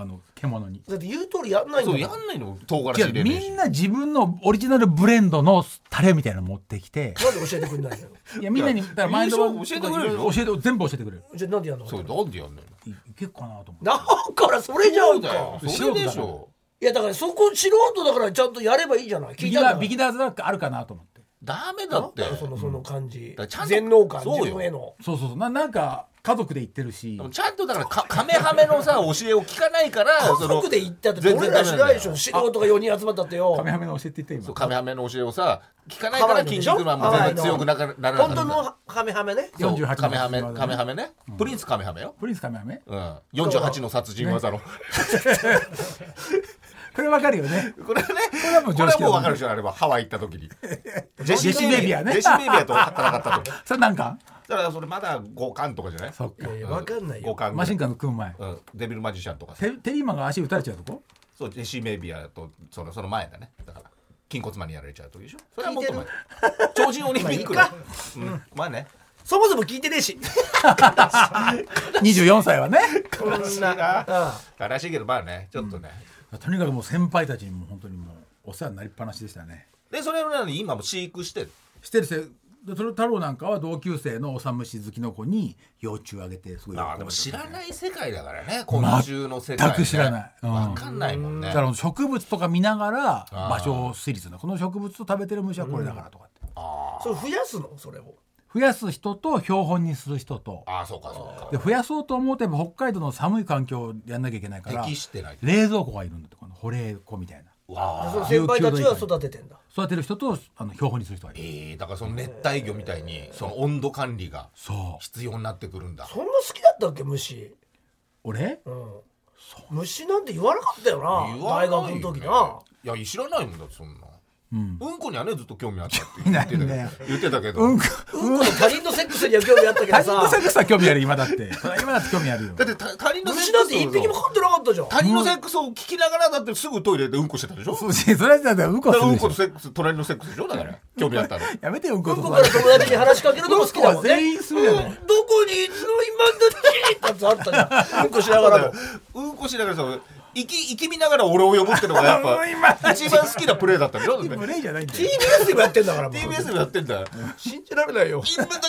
C: あの獣に
A: だって言う通りやんないん
B: そう
A: だ
B: や
A: もん
B: んないの唐辛
C: 違
B: 子入
C: う
B: れねえ
C: み
B: し
C: んな自分のオリジナルブレンドのタレみたいなの持ってきて
A: なんで教えてくれないのよ
C: いやみんなにだから前の晩
B: 教えてくれるの
C: 教えて全部教えてくれる
A: じゃあなんでやんの
B: そうなんでやんないの
C: いいけっかなと思って
A: だからそれじゃ
B: そうんだよ
A: か
B: それでしょ
A: いやだからそこ素人だからちゃんとやればいいじゃない聞
C: ビ
A: い
C: ギ
A: たんだか
C: ナー
A: ら
C: ビギナーズなんかあるかなと思って
B: ダメだって
A: そのその感じ
B: だからちゃんと
A: 全能感
B: そうよ
A: 自分への
C: そうそうそうななんか家族で行ってるし
B: ちゃんとだからかカメハメのさ教えを聞かないから
A: 家族で行ったって
B: 全
A: 俺
B: 然
A: ら
B: ダメ
A: し
B: なん
A: ない
B: だ
A: で
B: よ
A: しょ素人が4人集まったってよ
C: カメハメの教えて言
B: そ
C: って
B: う
C: 今
B: カメハメの教えをさ聞かないから筋肉マンも
A: ハワイ
B: 全
A: の
B: 然強くなかならなか
A: 本
B: っ
A: 当
B: た
A: のハメハメね
B: そう
C: 48
B: カメハメ
C: の殺人技ね
B: カメハメねプリンスカメハメよ
C: プリンスカメハメ
B: うん48の殺人技の
C: これわかるよね
B: これね
C: これはもう
B: こ
C: 常
B: れは
C: 識
B: もう分かるで
C: だ
B: しょあれはハワイ行った時に
C: ジェシベビアね
B: ジェシベビアと戦った時
C: それなんか
B: だからそれまだ五巻とかじゃない
C: そっ
A: いや
C: か
A: いやわかんない
B: 五
A: よ
B: 巻
C: マシンガンの組む前
B: うんデビルマジシャンとかさ
C: テテリーマンが足打たれちゃうとこ
B: そうジェシー・メイビアとそのその前だねだから筋骨マンにやられちゃう時でしょそれはもっと前超人オリンピックの
A: まあ
B: うんまあね
A: そもそも聞いてねえし
C: 24歳はね
B: 悲しいな悲しいけどまあねちょっとね、
C: とにかくもう先輩たちにも本当にもうお世話になりっぱなしでしたね
B: でそれなのに今も飼育してる
C: してるせでそれ太郎なんかは同級生のおさむし好きの子に幼虫あげてすごい
B: ああでも知らない世界だからね昆虫の世界、ね、
C: 全く知らないうん
B: 分かんないもんね
C: だから植物とか見ながら
B: あー
C: 場所を推理するのこの植物と食べてる虫はこれだからとかって、
B: あ
A: それ増やすのそれを
C: 増やす人と標本にする人と
B: ーあーそうかそうか
C: で増やそうと思うとやっぱ北海道の寒い環境をやんなきゃいけないから
B: 適してない
C: 冷蔵庫がいるんだってこの保冷庫みたいな
B: わあ
A: その先輩たちは育ててんだ
C: 育てる人とあの標本にする人がいる
B: えー、だからその熱帯魚みたいにその温度管理が
C: そう
B: 必要になってくるんだ
A: そんな好きだったっけ虫
C: 俺
A: うん虫なんて言わなかったよな
B: 言わな
A: 大
B: い
A: 学
B: よね
A: の時ない
B: や知らないもんだってそんな
C: うん
B: うんこにはねずっと興味あったって言ってた
C: 興味ないんだよ
B: 言ってたけど、
C: うんこ
B: だ
A: うんこの他人のセックスには興味あったけど
C: 他人の
A: さ
C: セックスは興味ある今だってそれは今だって興味あるよ
B: ってた他人
A: 虫
B: のセッ
A: なんて
B: クス
A: 一匹も
B: を
A: 飼ってなかったじゃん
B: 他人のセックスを聞きながらだってすぐトイレでうんこしてたでしょ
C: そうしそれはだってうんこ
B: だ
C: す
B: から
C: る
B: うん
C: でし
B: こと
C: ょ
B: セックス隣のセックスでしょだから興味あったの
C: やめてようんこ
A: うん
C: と
A: こから友達に話しかけるのも好きだもんね
C: うんこは全員するじゃない
A: うんどこにいつの今の時にってやつあったじゃんうんこしながら も
B: うんこしながらその生き生き見ながら俺を呼ぶってのがやっ
C: もう今
B: ぱ一番好きなプレーだったでしょだって
C: 無礼じゃないんだよ
A: TBS でもやってんだからもう
B: TBS でもやってんだよ
A: 信じられないよ
B: 今だっ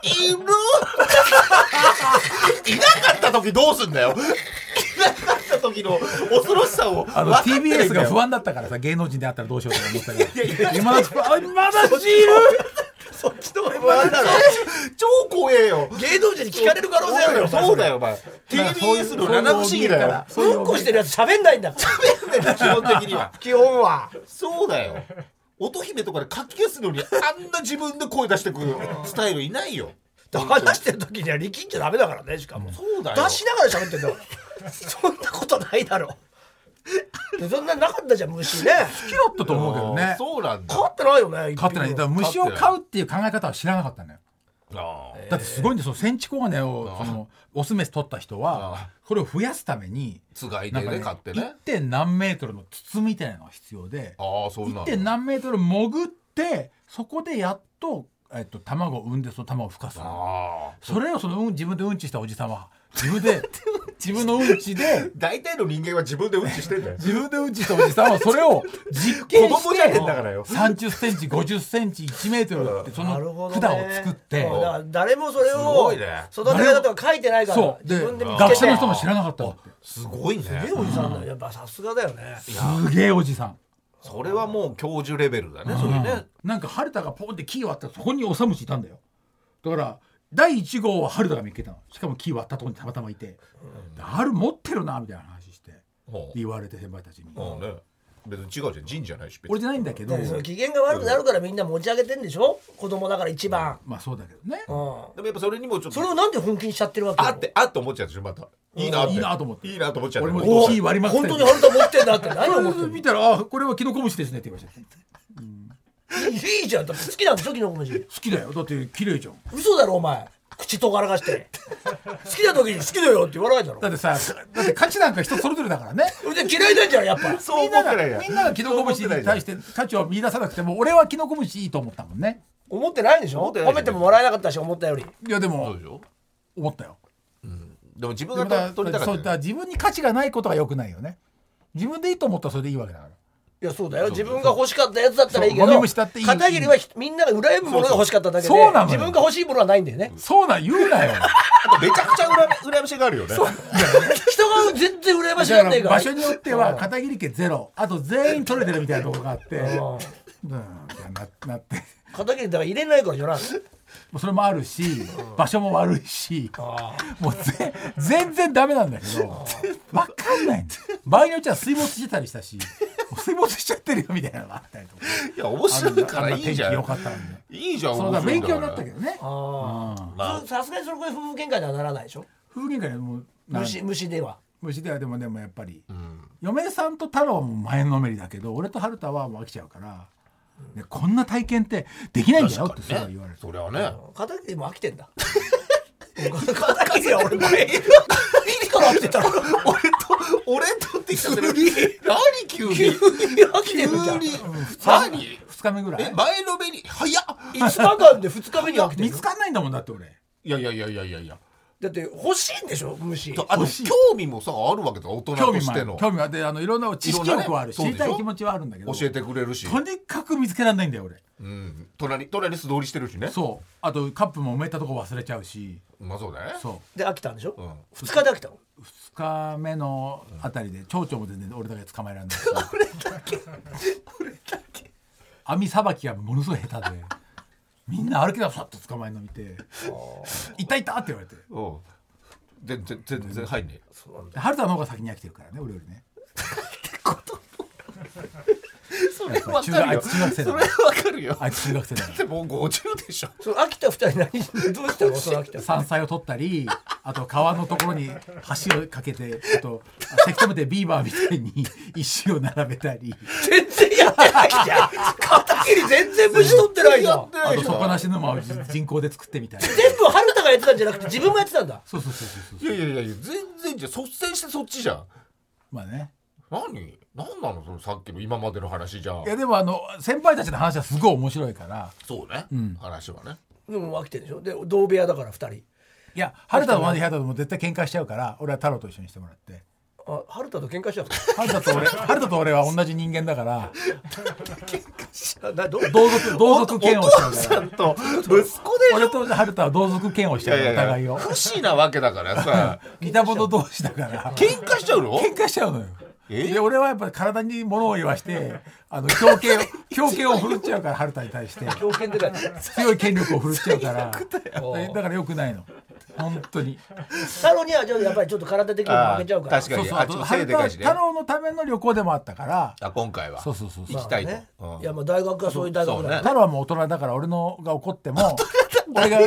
B: て いるいなかった時どうすんだよいなかった時の恐ろしさを
C: あ
B: 分
C: の
B: かってるんだよ
C: TBS が不安だったからさ芸能人であったらどうしようとか思ったけど今だとあ今だ
A: そっちいるそっちの方があれだろ
B: 超怖えよ
A: 芸能人に聞かれる可能性あるよ
B: そうだよお前 TBS の七不思議だよ
C: そういう
A: うんこしてるやつ喋んないんだから
B: 基本的には
A: 基本は
B: そうだよ乙姫とかでかき消すのにあんな自分で声出してくるスタイルいないよ
A: 話してる時には力んじゃダメだからねしかも
B: そうだよ
A: 出しながら喋ってんだからそんなことないだろでそんななかったじゃん虫ね
C: 好きだったと思うけどね
B: そうなんだ
A: 変わってないよね
C: 飼ってないだから虫を飼うっていう考え方は知らなかったのよ
B: ああ
C: だってすごいんですよセンチコガネをそのオスメス取った人はこれを増やすために
B: つがい
C: な
B: で
C: んか
B: ね
C: ね
B: 買ってね
C: 1. 点何メートルの筒みたいなのが必要で
B: ああそんな
C: 1.
B: の
C: 点何メートル潜ってそこでやっと,、えっと卵を産んでその卵を孵化する
B: ああ
C: それをその、うん、自分でうんちしたおじさんは自分で自分のうんちで
B: 大体の人間は自分でうんちしてん だよ
C: 自分でうんちしたおじさんはそれを実験
B: 子
C: し
B: 供じゃねえ
C: て
B: んだからよ
C: 30センチ50センチ1メートルってそ
A: な
C: の
A: るほどね
C: 管を作って
A: うんだから誰もそれ
B: すご
A: を
B: いね
A: 育て方とか書いてないから
C: そう
A: 自
C: で
A: 分で見つけ
C: 学者
A: て
C: の人も知らなかったんだって
B: すごいね
A: すげえおじさんだよやっぱさすがだよね
C: すげえおじさん
B: それはもう教授レベルだねそれね
C: なんか春田がポンって木割ったらそこにオサムシいたんだよだから第1号は春田が見っけたのしかも木割ったとこにたまたまいて「春持ってるな」みたいな話して
B: ほう
C: 言われて先輩たちに
B: うんね別に違うじゃん人じゃないし別に
C: 俺じゃないんだけど
A: でその機嫌が悪くなるからみんな持ち上げてんでしょ子供だから一番
C: まあそうだけどね
A: うん
B: でもやっぱそれにもちょっと
A: それをなんで本気にしちゃってるわけよ
B: あってあって思っちゃうでしょまたいいなって
C: いいなと思って
B: いいなと思っちゃう
C: 俺も
B: お
C: 木割りまくっ
A: 本
C: て
A: 当にあなた持ってんだって 何を思ってる
C: 見たら「あこれはキノコムシですね」って言いました
A: いいじゃんだって好きなんでしょキノコムシ
C: 好きだよだって綺麗じゃん
A: 嘘だろお前口尖らかして好きな時に好きだよって言わないだろ
C: だってさだって価値なんか人それぞれだからね
A: それで嫌いなんじゃんやっぱ
B: そう
C: みん
B: 思
C: な
B: ってないや
C: がみんながキノコムシに対して価値を見出さなくても俺はキノコムシいいと思ったもんね
A: 思ってないでしょ
B: 思ってない
A: 褒めてももらえなかったし思ったより
C: いやで
B: そ
C: も
B: うでしょ
C: 思ったよ
B: でも自分が
C: でもだ
B: と取りたか
C: そう
B: っ
C: だ
B: た
C: から自分に価値がないことが良くないよね自分でいいと思ったらそれでいいわけだから
A: いやそうだよ自分が欲しかったやつだったらいいけ
C: そうゴミ
A: ど
C: 虫だっていい
A: 片桐はひみんなが羨むものが欲しかっただけで
C: そうそうそうなの
A: 自
C: よ
A: 分が欲しいものはないんだよね
C: そうなん言うなよ
B: あとめちゃくちゃ羨ま羨ましがあるよね
A: 人が全然羨まし
C: だ
A: がっ
C: か
A: ねえ
C: ら
A: から
C: 場所によっては片桐家ゼロあと全員取れてるみたいなとこがあってう
A: う
C: ん
A: ん
C: みたいにななって
A: 片桐だから入れないからじゃない
C: もうそれもあるし場所も悪いしもうぜ全然ダメなんだけど分かんないんだよ場合によっちゃ水没してたりしたしもう水没しちゃってるよみたいなのがあったりとか
B: いや面白いからいいじゃ
C: あんな天気良
B: ん
C: かったんで
B: いいじゃん
C: そう
B: 面
C: だ
B: 白い
C: 勉
B: ん
C: 強に
B: から
C: なったけどね
A: あ
C: うん
A: あさすがにそれこれ夫婦喧嘩にはならないでしょ
C: 風景がねもうな
A: 虫虫では
C: 虫ではでもでもやっぱり、
B: ん
C: 嫁さんと太郎はもう前のめりだけど俺と春田はもう飽きちゃうから、ね、こんな体験ってできないんだよって
B: 確
C: それ
B: か
C: は
B: にね
C: 言われる
B: それはね
A: 片桐も飽きてんだ片桐は俺もいいから飽きてたら
B: 俺と俺とって言っちゃってる何急に
A: 急に飽きて
B: 急
A: るじゃん
B: に何
C: 2日目ぐら
B: え
C: い
B: 前のめり早っ
A: 5日間で2日目に飽きて
C: 見
A: る
C: つかんないんだもんだって俺
B: いやいやいやいやいやいや
A: だって欲しいんでしょ虫
B: とあと
C: 欲しい
B: 興味もさあるわけだ大人
C: 興
B: と
C: 味も
B: し
C: あ
B: て
C: る
B: の
C: 興味もあってあのいろんな知識欲はある
B: い
C: し、
B: ろんなね
C: 知りた
B: そうでし
C: い
B: ょ
C: 気持ちはあるんだけど
B: 教えてくれるし
C: とにかく見つけられないんだよ俺
B: うん隣隣素通りしてるしね
C: そうあとカップも埋めたとこ忘れちゃうし
B: まあそうだね
C: そ
A: で飽きたんでしょ、
B: うん
A: 2日で飽きたの
C: う2日目のあたりで蝶々も全然俺だけ捕まえられないし網さばきがものすごい下手でみんな歩きながらさっと捕まえるの見て「いたいた!」って言われて
B: うん全然全然入んねえ
C: で春田の方が先に飽きてるからね俺よりね
B: それ
C: ぱ
B: わ
C: 中
B: か
C: 学
B: るよ
C: あいつ中学生だ
B: それわかるよ
C: あいつ中学生だか
B: でもう50でしょ
A: その飽きた2人何どうしたのその飽きた
C: ら山菜を取ったりあと川のところに橋をかけてあとせき止めてビーバーみたいに石を並べたり
A: 全然やってないじゃん片桐全然虫取ってないじゃん
C: あと底なし沼を人工で作ってみたいな
A: 全部春田がやってたんじゃなくて自分がやってたんだ
C: そうそうそうそうそう
B: いやいやいやいや全然じゃん率先してそっちじゃん
C: まあね
B: 何何なのそのさっきの今までの話じゃん
C: いやでもあの先輩たちの話はすごい面白いから
B: そうね、話はね
A: でも飽きてるでしょで同部屋だから2人
C: いや春田と同じ部屋だともう絶対喧嘩しちゃうから俺は太郎と一緒にしてもらって
A: あ春田と喧嘩しちゃ
C: 春田と俺春田と俺は同じ人間だから
A: うなど
C: 同族同族嫌悪しちゃうから
B: と息子で
C: 俺と春田は同族嫌悪しちゃうからお互いを
B: 不死なわけだからさ
C: 似た者同士だから
B: 喧嘩しちゃうの
C: 喧嘩しちゃうのよ
B: え
C: で俺はやっぱり体に物を言わしてあの狂 犬を狂犬を振るっちゃうから春田に対して
A: 狂犬でかい
C: 強い権力を振るっちゃうからだだからよくないの本当に
A: 太郎にはちょっとやっぱりちょっと体的にも負けちゃうから
B: あー確かに
C: そうそうあ
B: ちょっ
C: と
B: と背
C: 春
B: で
C: 田
B: か
C: はい
B: しね
C: 太郎のための旅行でもあったから
B: あ今回は
C: そうそうそうそう
B: 行きたいと、
A: ね
B: うん
A: いやまあ大学はそういう大学だから
B: そ
C: 太郎はもう大人だから俺のが怒って も俺が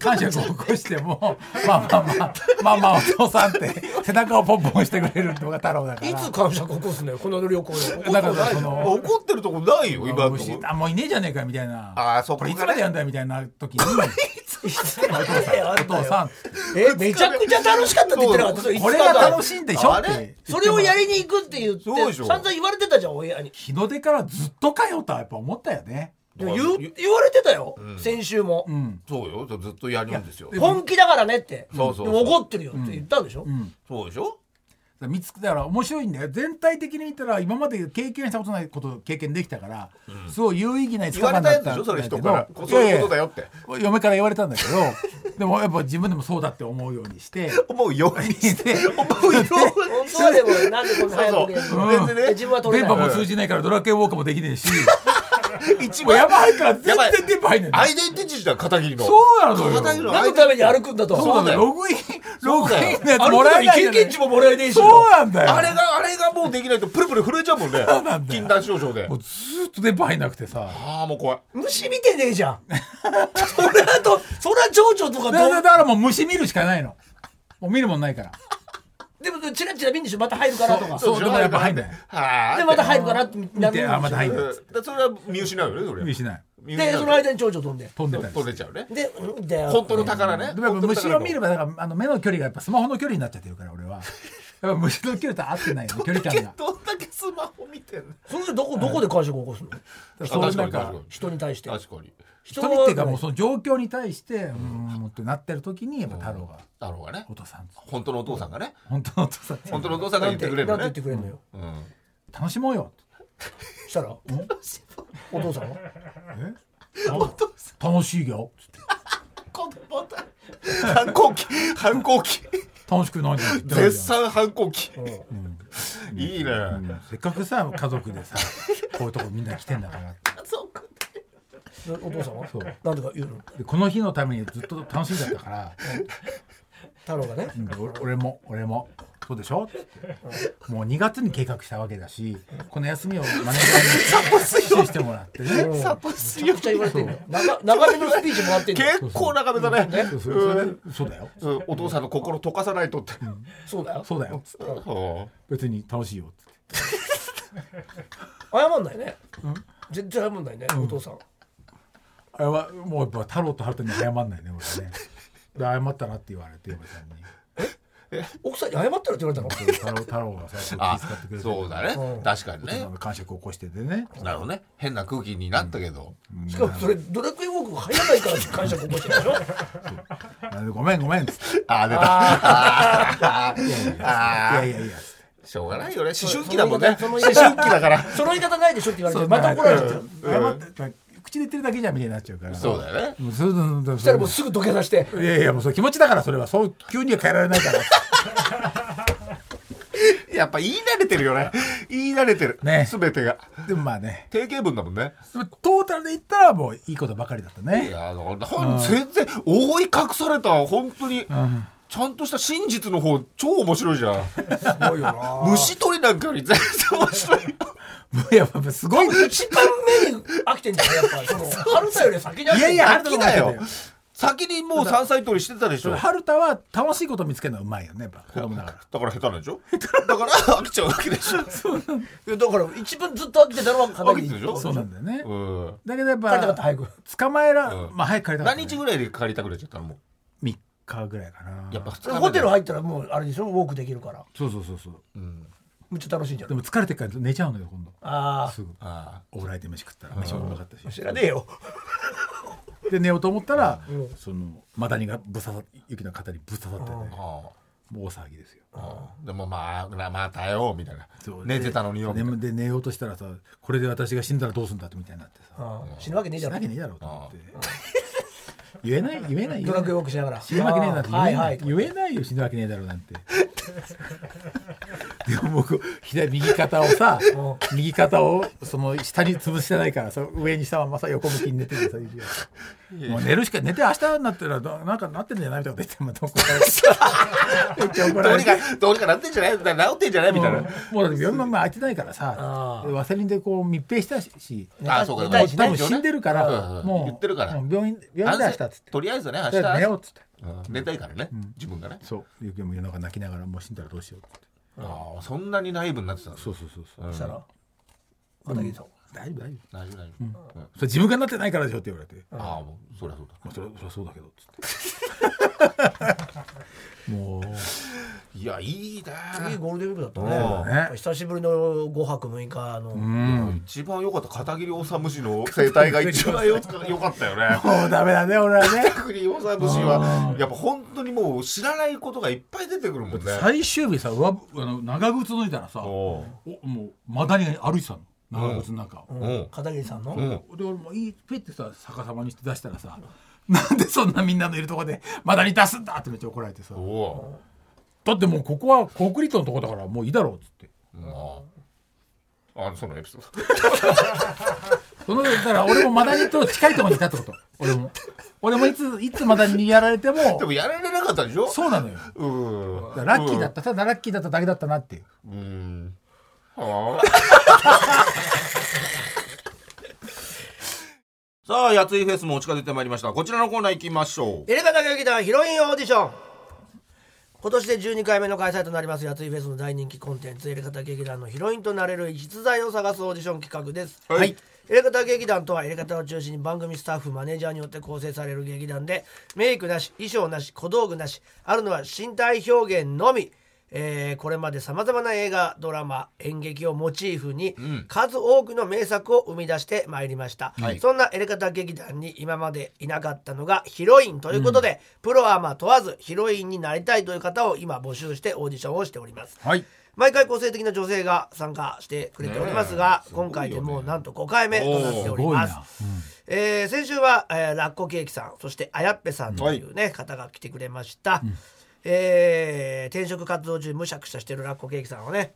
C: 感触を起こしてもまあまあまあまあまあお父さんって背中をポンポンしてくれるのが太郎だから
A: いつ感触起こすんだよこの旅行で
C: だからその
B: 怒ってるとこないよ今のとこ
C: 虫あもういねえじゃねえかみたいな
B: あーそこ
C: これいつ
B: が
C: ま
B: ね
C: でやんだよみたいな時に
A: お
C: お父さん
A: えめちゃくちゃ楽しかったって言ってなかったそれ
C: これが楽
A: いつか
C: しいんでしょっ
B: あ
C: て
B: れ
A: それをやりに行くって言って
B: そうでしょ
A: 散々言われてたじゃん親に
C: 日の出からずっと通ったはやっぱ思ったよね
A: でも言う言われてたよ、先週も、
C: うん
B: そうよずっとやるんですよ
C: いや
A: 本気だからねって
B: そうそうそ
A: で
B: う
A: も怒ってるよって言ったんでしょ、
C: うん
B: そうでしょ
C: 見つけたら面白いんだよ全体的に見たら今まで経験したことないことを経験できたから、すごい有意義な5日
B: 言われ
C: 間
B: た
C: だ
B: や
C: っ
B: つで
C: た
B: し
C: ん
B: ょそれ
C: だけ
B: 人
C: ど
B: からそういうことだ
C: よ
B: よって
C: 嫁から言われたんだけどでもやっぱ自分でもそうだって思うよう にして
B: 思うようにして思うように
A: 本当はでもなんでこんな早く起きるの
B: そうそう
A: で自分は取れな
C: 電波
A: い
C: も通じないからドラクエウォークもできねえし
B: 一
C: もう
B: 番
C: やばいから
B: や
C: 全
B: ばい
C: 然電波入んねえんだ
B: ア
C: よ
B: イデンティティじゃん片桐の
C: そうなのよ
B: 片桐のア
A: 何
B: イデ
A: のた
B: ンティ
A: めに歩くんだと
C: そうなんだよ
B: そ
C: ログインログインのやつ
A: 歩
C: も
A: く
C: ら
A: の
C: え
A: に
C: な
A: 経
C: いじゃない
A: 験値ももらえねえし
C: そうなんだよ
B: あれがあれがもうできないとプルプル震えちゃうもんね
C: なんだよ
B: 禁断症状で
C: もうずーっと電波入んなくてさ
B: ああもう怖い
A: 虫見てねえじゃん それあとそりゃ蝶々とか
C: だ
A: ど
C: だ
A: う
C: からもう虫見るしかないのもう見るもんないから
A: でもチラチラ見るんでしょまた入るかなとか
C: そうでもやっぱ入んない
B: はあ
A: でまた入るかなって見
C: 見てあまた入んない
B: だそれは見失うよねそれ
C: 見しない
B: 見失う
A: でその間に蝶々飛んで
C: 飛んでたり
B: 取れちゃうね
A: でうんだよ
B: 本当の宝ね
C: でもやっぱ虫を見れ
B: ば
C: ばだからあの目の距離がやっぱスマホの距離になっちゃってるから俺はやっぱ虫の距離と合ってないよね距離感が
B: どんだけスマホ見てんの
A: それでどこどこで解釈を起こすの
C: そうい う
B: 確か
C: なん
B: に
C: か
B: 確かに
A: 人に対して
B: 確かに
A: 人
C: 人にっていうかもうその状況に対してうーんってなってる時にやっぱ太郎が
B: だろうがね
C: お父さん
B: 本当のお父さんがね
C: 本当のお父さん
B: 本当のお父さんが言ってくれる
A: な
B: の
A: んて言ってくれる
B: ね
A: のよ
B: うん
C: 楽しもうよ
A: したらお父さんは
C: 楽しいよ
B: 子供だ反抗期反抗期
C: 楽しくないじゃんって言ってるわけ
B: 絶
C: じゃん
B: 賛反抗期いいね
C: うんせっかくさ家 族でさこういうとこみんな来てんだからって
A: でお父さんは
C: そう
A: なんとか言うの
C: でこの日のためにずっと楽しんじゃったから
A: 太郎がね
C: うん俺俺も俺もそうでしょもう2月に計画したわけだしこの休みをマネージャーに支援してもらってね
B: サポス
A: めちゃくちゃ言われてんだよ長長めのスピーチもらってんだよ
B: 結構長めだね
C: そうそうそれそうだよ
B: うんお父さんの心溶かさないとって
A: そうだよ
C: そうだよ
B: そ
C: 別に楽しいよって
A: 謝んないね全然謝んないねお父さん
C: あれはもうやっぱ太郎と春人に謝んないね俺ねで謝ったらって言われて嫁さんに
A: 奥さんに謝ったらって言われたの
C: そう太郎太郎がさすごい
B: あ
C: 気遣ってくれて
B: そうだね確かにね
C: 感触を起こしててね
B: なるほどね変な空気になったけど
A: しかもそれドラクエウォークが入らないからって解釈起こしてるでしょ
C: なんでごめんごめんっつって
B: あー出た あー
C: い
B: あ
C: やいやいや
B: ーしょうがないよね思春期だもんね
A: そ
B: 思
A: の
B: 春期だから
A: その言い方ないでしょって言われてまた怒られちゃったよ
C: 謝って口で言ってるだけじゃんみたいになっちゃうから
B: そうだよね
C: もうそうそうそう
A: そしたらもうすぐ溶け出して
C: いやいやもうそれ気持ちだからそれはそう急には変えられないから
B: やっぱ言い慣れてるよね言い慣れてる
C: ね
B: 全てが
C: でもまあね
B: 定型文だもんね
C: でもトータルで言ったらもういいことばかりだった
B: い
C: ね
B: やあのほん全然覆い隠された本当にちゃんとした真実の方超面白いじゃん
A: すごいよな
B: 虫取りなんかより全然面白いよ
C: いややっぱすごい
A: 一番目に飽きてんじゃんやっぱその春菜より先に飽 きてん
C: いやいや
B: 飽きだ
C: あ
B: よ
C: ると思うけど
B: 先にもう山菜取りしてたでしょだか
C: 春田は楽しいこと見つけるのはうまいよねやっぱ子供だから
B: ら下手なんでしょだから飽きちゃうわけでし
A: い
B: ょ
A: やだから一番ずっと飽きてたのは片
B: 飽き
A: 桐
B: てるでしょ
C: そうなんだよね
B: うん
C: だけどやっ
A: 帰りたかった
C: ぱ
A: 早く
C: 捕まえら
B: うん
C: まあ早く帰りたかった
B: 何
C: ね
B: 日ぐらいで帰りたくなっちゃったのも
C: 3日ぐらいかな
B: うやっぱ2日目で
A: ホテル入ったらもうあれでしょウォークできるから
C: そうそうそうそう
B: うん
A: めっちゃ楽しいんじゃん
C: でも疲れてるから寝ちゃうのよ今度
A: あ
C: すぐ
B: あ
C: オーライで飯食ったら飯もうまかった
A: あ
C: し
A: 知らねえよ
C: で寝ようと思ったら
A: ん
C: そのマダニがぶささ雪の肩にぶささってね
B: ーあ
C: もう大騒ぎですよ
B: ーあーでもまあなまたよみたいな
C: そう
B: 寝てたのによみたいな
C: でで寝ようとしたらさこれで私が死んだらどうするんだってみたいになってさ
A: ああ死ぬわけねえじゃ
C: 死なきゃ
A: ん
C: ねえだろうと思って言えない言えな い
A: ド
C: 言え
A: ラクエウォ
C: ない
A: ークしながら
C: 死ぬわけねえなんて言え
A: は
C: ないい、
A: はい
C: 言えないよ死ぬわけねえだろうなんて でも僕左右肩をさ右肩をその下に潰してないからさ上にしたままさ横向きに寝てるさもう寝るしか寝て明日になったらどなんかなってんじゃないみたいなこと言ってもうどこ からめっちゃ怒
B: ど
C: ら
B: うに
C: れて
B: かどうにかなってんじゃないだから治ってんじゃないみたいな
C: もうだって病院の前空いてないから
A: あ
C: さ
A: ー
C: ワセリンでこう密閉したし
B: あーそうか
A: 寝た
C: もう
A: いしね
C: 多分死んでるから、
B: うんうん
C: もう
B: 言ってるから
C: もう病院病院で明日っつって
B: とりあえずね明
C: とりあえず寝よう
B: 日
C: っつって
B: うん寝たいからね自分がね
C: そうでも夜中泣きながらもう死んだらどうしようっつって
B: ああそんなに内部になってたんです
C: そうそうそうそう
A: そしたら片桐さん
C: 大丈夫大丈夫
B: 大丈夫大丈夫うん
C: それ自分がなってないからでしょって言われて、
B: ああもうそりゃそうだ
C: まあ、それはそれはそうだけどっつってもう
B: いやいいね
A: いいゴールデンウィークだった
B: うん
A: ねやっぱ久しぶりの5泊6日の、
C: うん
B: 一番良かった片桐治虫の生態が一番よか良かったよね
C: もうダメだね俺はね
B: 片桐治虫はやっぱ本当にもう知らないことがいっぱい出てくるもんね
C: 最終日さ上あの長靴脱いだらさお
B: おう
C: もうマダニが歩いてたの長靴の中を、
A: うん片桐さんの、
B: うん
C: で俺もいいペってさ逆さまにして出したらさなんでそんなみんなのいるとこでマダニ出すんだってめっちゃ怒られてさ
B: おお
C: だってもうここはコンクリートのとこだからもういいだろうっつって
B: うまああそのエピソード
C: そのだから俺もマダニと近いところにいたってこと俺も俺もいついつマダニにやられても
B: でもやられなかったでしょ
C: そうなのよ
B: うん
C: だからラッキーだったただラッキーだっただけだったなっていう
B: うんはあさあ、やついフェスも近づいてまいりました。こちらのコーナー行きましょう。
A: エレガタ劇団ヒロインオーディション今年で12回目の開催となりますやついフェスの大人気コンテンツエレガタ劇団のヒロインとなれる逸材を探すオーディション企画です
B: はい
A: エレガタ劇団とはエレガタを中心に番組スタッフマネージャーによって構成される劇団でメイクなし衣装なし小道具なしあるのは身体表現のみえーこれまでさまざまな映画ドラマ演劇をモチーフに数多くの名作を生み出してまいりました、
B: はい
A: そんなエレカタ劇団に今までいなかったのがヒロインということで、プロアマ問わずヒロインになりたいという方を今募集してオーディションをしております
B: はい。
A: 毎回個性的な女性が参加してくれておりますが、今回でもうなんと5回目となっております
C: おー
A: えー先週は、えーラッコケーキさんそしてあやっぺさんという、ね方が来てくれました、えー転職活動中むしゃくしゃしてるラッコケーキさんはね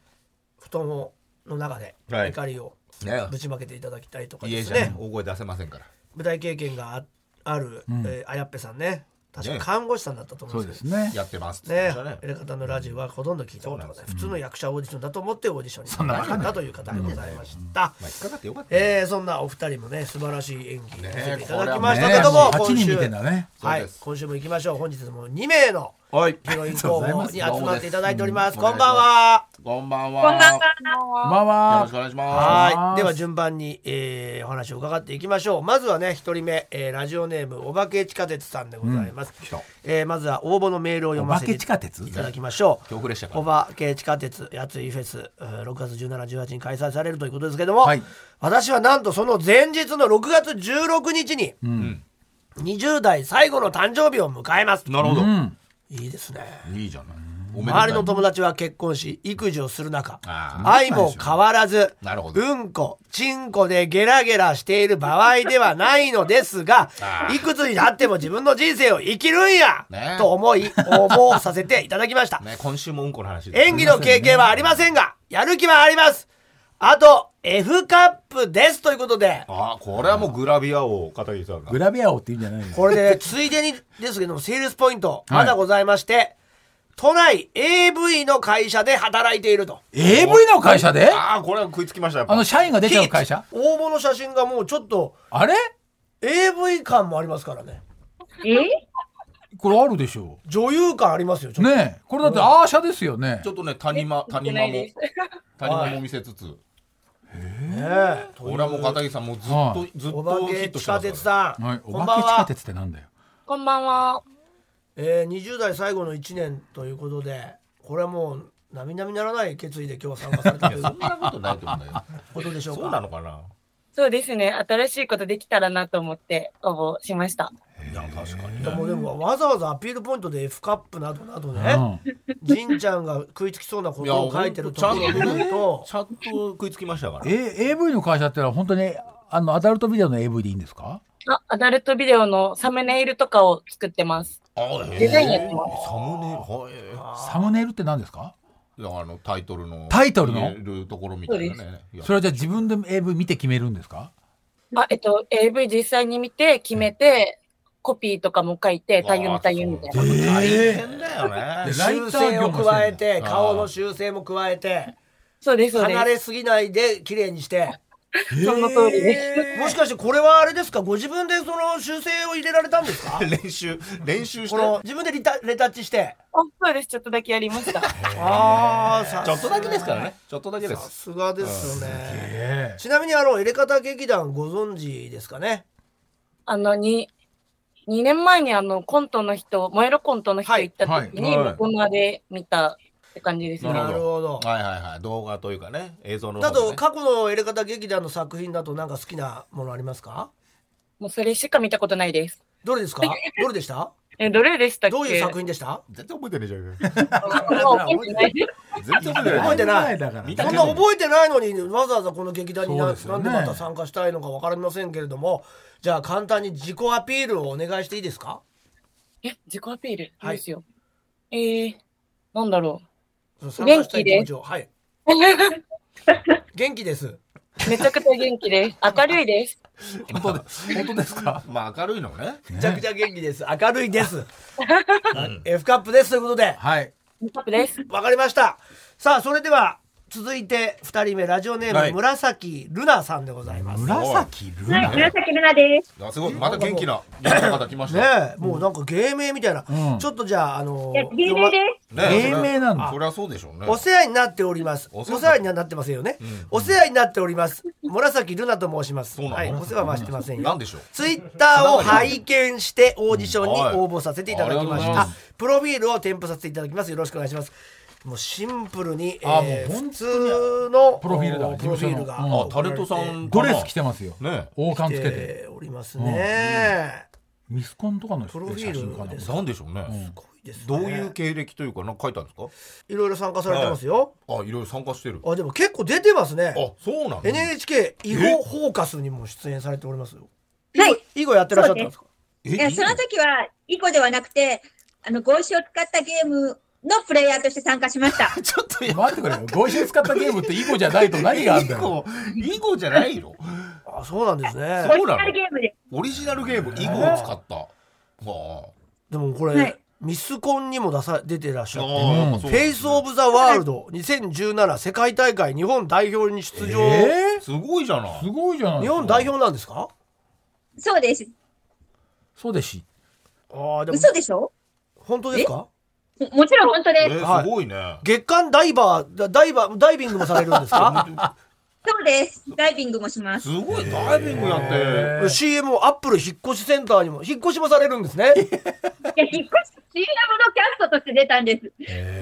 A: 布団をの中で
B: はい
A: 怒りを
B: ね
A: ぶちまけていただきたいとか
B: 家
A: です
B: じゃ
A: ね、
B: ね、大声出せませんから。
A: 舞台経験があある、えーあやっぺさんね確か看護師さんだったと思
C: そううん
A: で
C: ですすね
B: やってますって
A: けど
B: 言
A: ね
B: ってましたね
A: エレカタのラジオはほとんど聞いたことがない、普通の役者オーディションだと思ってオーディションに
C: んなわ
A: 参加したという方でございました、
B: まあ、引っかかってよかったよ。
A: えーそんなお二人もね素晴らしい演技を見せていただきました
C: ね
A: けども,、
C: 8
A: 今
C: 人
A: 週
C: 見てんだね
A: は
B: そう
A: い
B: です
A: 今週も行きましょう本日も2名の
B: はい。
A: ヒロイン候補に集まっていただいております
B: どうも
A: こん
B: です
A: ばんは
B: こんばんは。
D: こんば
C: こ
D: ん
C: ん
D: は。
C: ば
B: よろ
C: んは
B: しくお願いしま
C: は
A: はいいでは順番に、えーお話を伺っていきましょうまずはね一人目、えーラジオネームおばけ地下鉄さんでございます、
B: た
A: えーまずは応募のメールを
C: お
A: 読ま
C: 化
A: せて
C: け
A: い
C: 地
A: た
C: 下鉄
A: だきましょ
B: す。
A: う
B: 恐怖列車か
A: お
B: ら。
A: ばけ地下鉄やついフェスえー6月1718に開催されるということですけども、
C: はい
A: 私はなんとその前日の6月16日に
B: うん。
A: 20代最後の誕生日を迎えます、
B: なるほ
C: うん
A: いいですね
B: ど。いいじゃない。おめでたい
A: 周りの友達は結婚し育児をする中
B: あー
A: 愛も変わらず
B: なるほど
A: うんこちんこでゲラゲラしている場合ではないのですが
B: あー
A: いくつになっても自分の人生を生きるんや、
B: ね
A: と思い応募させていただきました、
B: ね、今週もうんこの話です。
A: 演技の経験はありませんがやる気はありますあと F カップですということで
B: ああ、これはもうグラビアを片桐さんが
C: グ。ラビア王って言うんじゃないよ
A: これで、ついでにですけども、セールスポイント、
C: はい
A: まだございまして、都内 AV の会社で働いていると。
C: AV の会社で
B: ああ、これは食いつきました。やっぱ
C: あの社員が出ちゃう会社
A: 応募の写真がもうちょっと
C: あれ
A: AV 感もありますからね。
D: え？
C: これあるでしょ
A: 女優感ありますよ、ちょっと。
C: ねえこれだってアーシャですよね
B: ちょっとね、谷間、谷間も、 谷間も見せつつ。
A: ねえという
B: 俺はもう片桐さんもうずっと
C: はい、
B: ずっ
A: お
B: と
A: 化
B: ヒ
A: け
B: ット
A: 地
B: してま
A: 下
B: す
A: 鉄
B: か
A: さ
B: ら。
A: ん、
C: はい、
A: こ
C: お
A: んばん
C: 化け地下
A: は、
C: 鉄ってなんだよ
D: こんばんは。
A: えー。20代最後の1年ということで、これはもう、並々ならない決意で今日参加されたという
B: そんなことないと思うんだよ。
A: ことでしょうか。
B: そうなのかな。
D: そうですね。新しいことできたらなと思って応募しました。
B: いや、確かに
A: いや
B: ね。
A: もうでもわざわざアピールポイントで F カップなどなどね、じんちゃんが食いつきそうなことを書いてるところを見ると
B: ちゃんと食いつきましたから。
C: え AV の会社ってのは本当にあのアダルトビデオの AV でいいんですか
D: あ、アダルトビデオのサムネイルとかを作ってます。
B: あへえ
D: デザインやってま
B: サムネイルはいえ
C: サムネイルって何ですか
B: いやあのタイトルの
C: タイトルの
B: 入れるところみたいなねいや
C: それはじゃあ自分で AV 見て決めるんですか
D: あ、えっと AV 実際に見て決めてコピーとかも書いて対応の対応みたいな。
B: 大変だよね
C: ライ
A: 修
C: ター
A: 正
C: 業
A: を
C: もしてんだ
A: 加えて
B: あー
A: 顔の修正も加えて
D: そうですそうで
A: 離
D: す。
A: れすぎないで綺麗にして
D: その通りです。
A: もしかしてこれはあれですかご自分でその修正を入れられたんです か
B: 練習練習して
A: この自分でリタレタッチして
D: あ、そうです。ちょっとだけやりました。
A: ああさ
B: ちょっとだけですからねちょっとだけで
A: さす
B: す
A: がですね
C: え
A: ちなみにあのエレカタ劇団ご存知ですかね
D: あの、に、2年前にあの、コントの人、燃えろコントの人
A: はい
D: 行った時
B: は
D: に、
B: いはい
D: コーナーで見たって感じです
B: なる
D: ね。
B: ほど
A: ど
B: はいはいはい動画というかね映像の
A: だ
B: 方
A: と
B: ね
A: 過去のエレカタ劇団の作品だとなんか好きなものありますか
D: もうそれしか見たことないです。
A: どれですかどれでした
D: え、どれでしたっけ
A: どういう作品でした
B: 全然覚えてねえじゃん 全
D: もう覚えてないです。
B: 然覚えて
A: 覚
B: な
A: え
B: い
A: てない
C: だから
B: 見た
A: そ
B: け
A: ん
B: ど
A: な覚えてないのにわざわざこの劇団に
C: そう
A: な,、
C: ですよ
A: なん
C: ね
A: でまた参加したいのか分かりませんけれどもじゃあ簡単に自己アピールをお願いしていいですか
D: え、自己アピール
A: はい
D: ですよ。えー、なんだろ
A: 参加したい気持ち
D: 元気で
A: をはい、
D: う。
A: 元気です
D: めちゃくちゃ元気です。明るいです。
C: 本当です本当ですか
B: まあ明るいのね
A: めちゃくちゃ元気 です明るいです F カップですということで
C: はい
D: ミカップです。
A: わかりましたさあそれでは続いて2人目ラジオネーム、
B: はい
A: 紫ルナさんでございますね
C: 紫ル
E: はい、
C: ナ
E: 紫ルナです。
B: あすごいまた元気な元気な方来ました
A: えもうなんか芸名みたいな、
C: うん
A: ちょっとじゃああの
E: いや、芸名です。
C: 芸名なんだ
B: そりゃそうでしょうね
A: お世話になっております。お
B: お
A: 世
B: 世話
A: 話にはなってませんよね。お世話になっております。紫ルナと申します。
B: そうなの
A: はい、お世話はしてません
B: な
A: よ
B: ん。でしょう
A: ツイッターを拝見してオーディションに応募させていただきまし
B: うんは
A: た
B: い。
A: プロフィールを添付させていただきます。よろしくお願いします。もうシンプルに、え
C: あ
A: ー
C: もう
A: 普
C: 本当に
A: 通の
C: プロフィールだ
A: プロフィールが、
C: うん
B: あタレントさん
C: ドレス着て
B: ま
C: ますよ
B: ね
C: 王冠つけて
A: えーおりますね。
C: ミスコンとかの人
A: プロフィール
C: 写真かな
A: です
B: なんでしょうね
A: すごいですね
B: どういう経歴というかなんか書いたんですか
A: いろいろ参加されてますよ。
B: あいろいろ参加してるあ
A: あでも結構出てますね。
B: そうなの
A: NHK 囲碁フォーカスにも出演されておりますよ。
E: はい
A: 囲碁囲碁やってらっしゃったんですか。
B: え
E: いや、
B: いい
E: その時は、イコではなくて、あの、合詞を使ったゲームのプレイヤーとして参加し ました。
B: ちょっとや
C: 待ってくれよご一緒に使ったゲームって囲碁じゃないと何があんだよ
B: 囲碁じゃないの
A: あ、そうなんです
E: オ
B: そ
A: ね
B: う。
E: リジナルゲームで
B: オリジナルゲーム囲碁を使ったわあ
A: でもこれ、
E: はい
A: ミスコンにも出さ出てらっしゃって。
B: ああ
A: フ
B: そう
A: ェイス・オブ・ザ・ワールド2017世界大会日本代表に出場、
C: え
B: すごいじゃな
C: ーす
B: い
C: ごいじゃない
A: 日本代表なんですか
E: す。そうです。
C: そうですし
A: ああでも
E: 嘘でしょ
A: 本当ですか
E: ももちろん本当
B: え
E: です。
B: ーすごいね
A: 月間ダイバーだダイバーダイビングもされるんですか
E: そうです。ダイビングもします。
B: すごいダイビングやって
C: えー
A: CM をアップル引っ越しセンターにも引っ越しもされるんですね
E: いや、引っ越し、シーラムのキャストとして出たんです。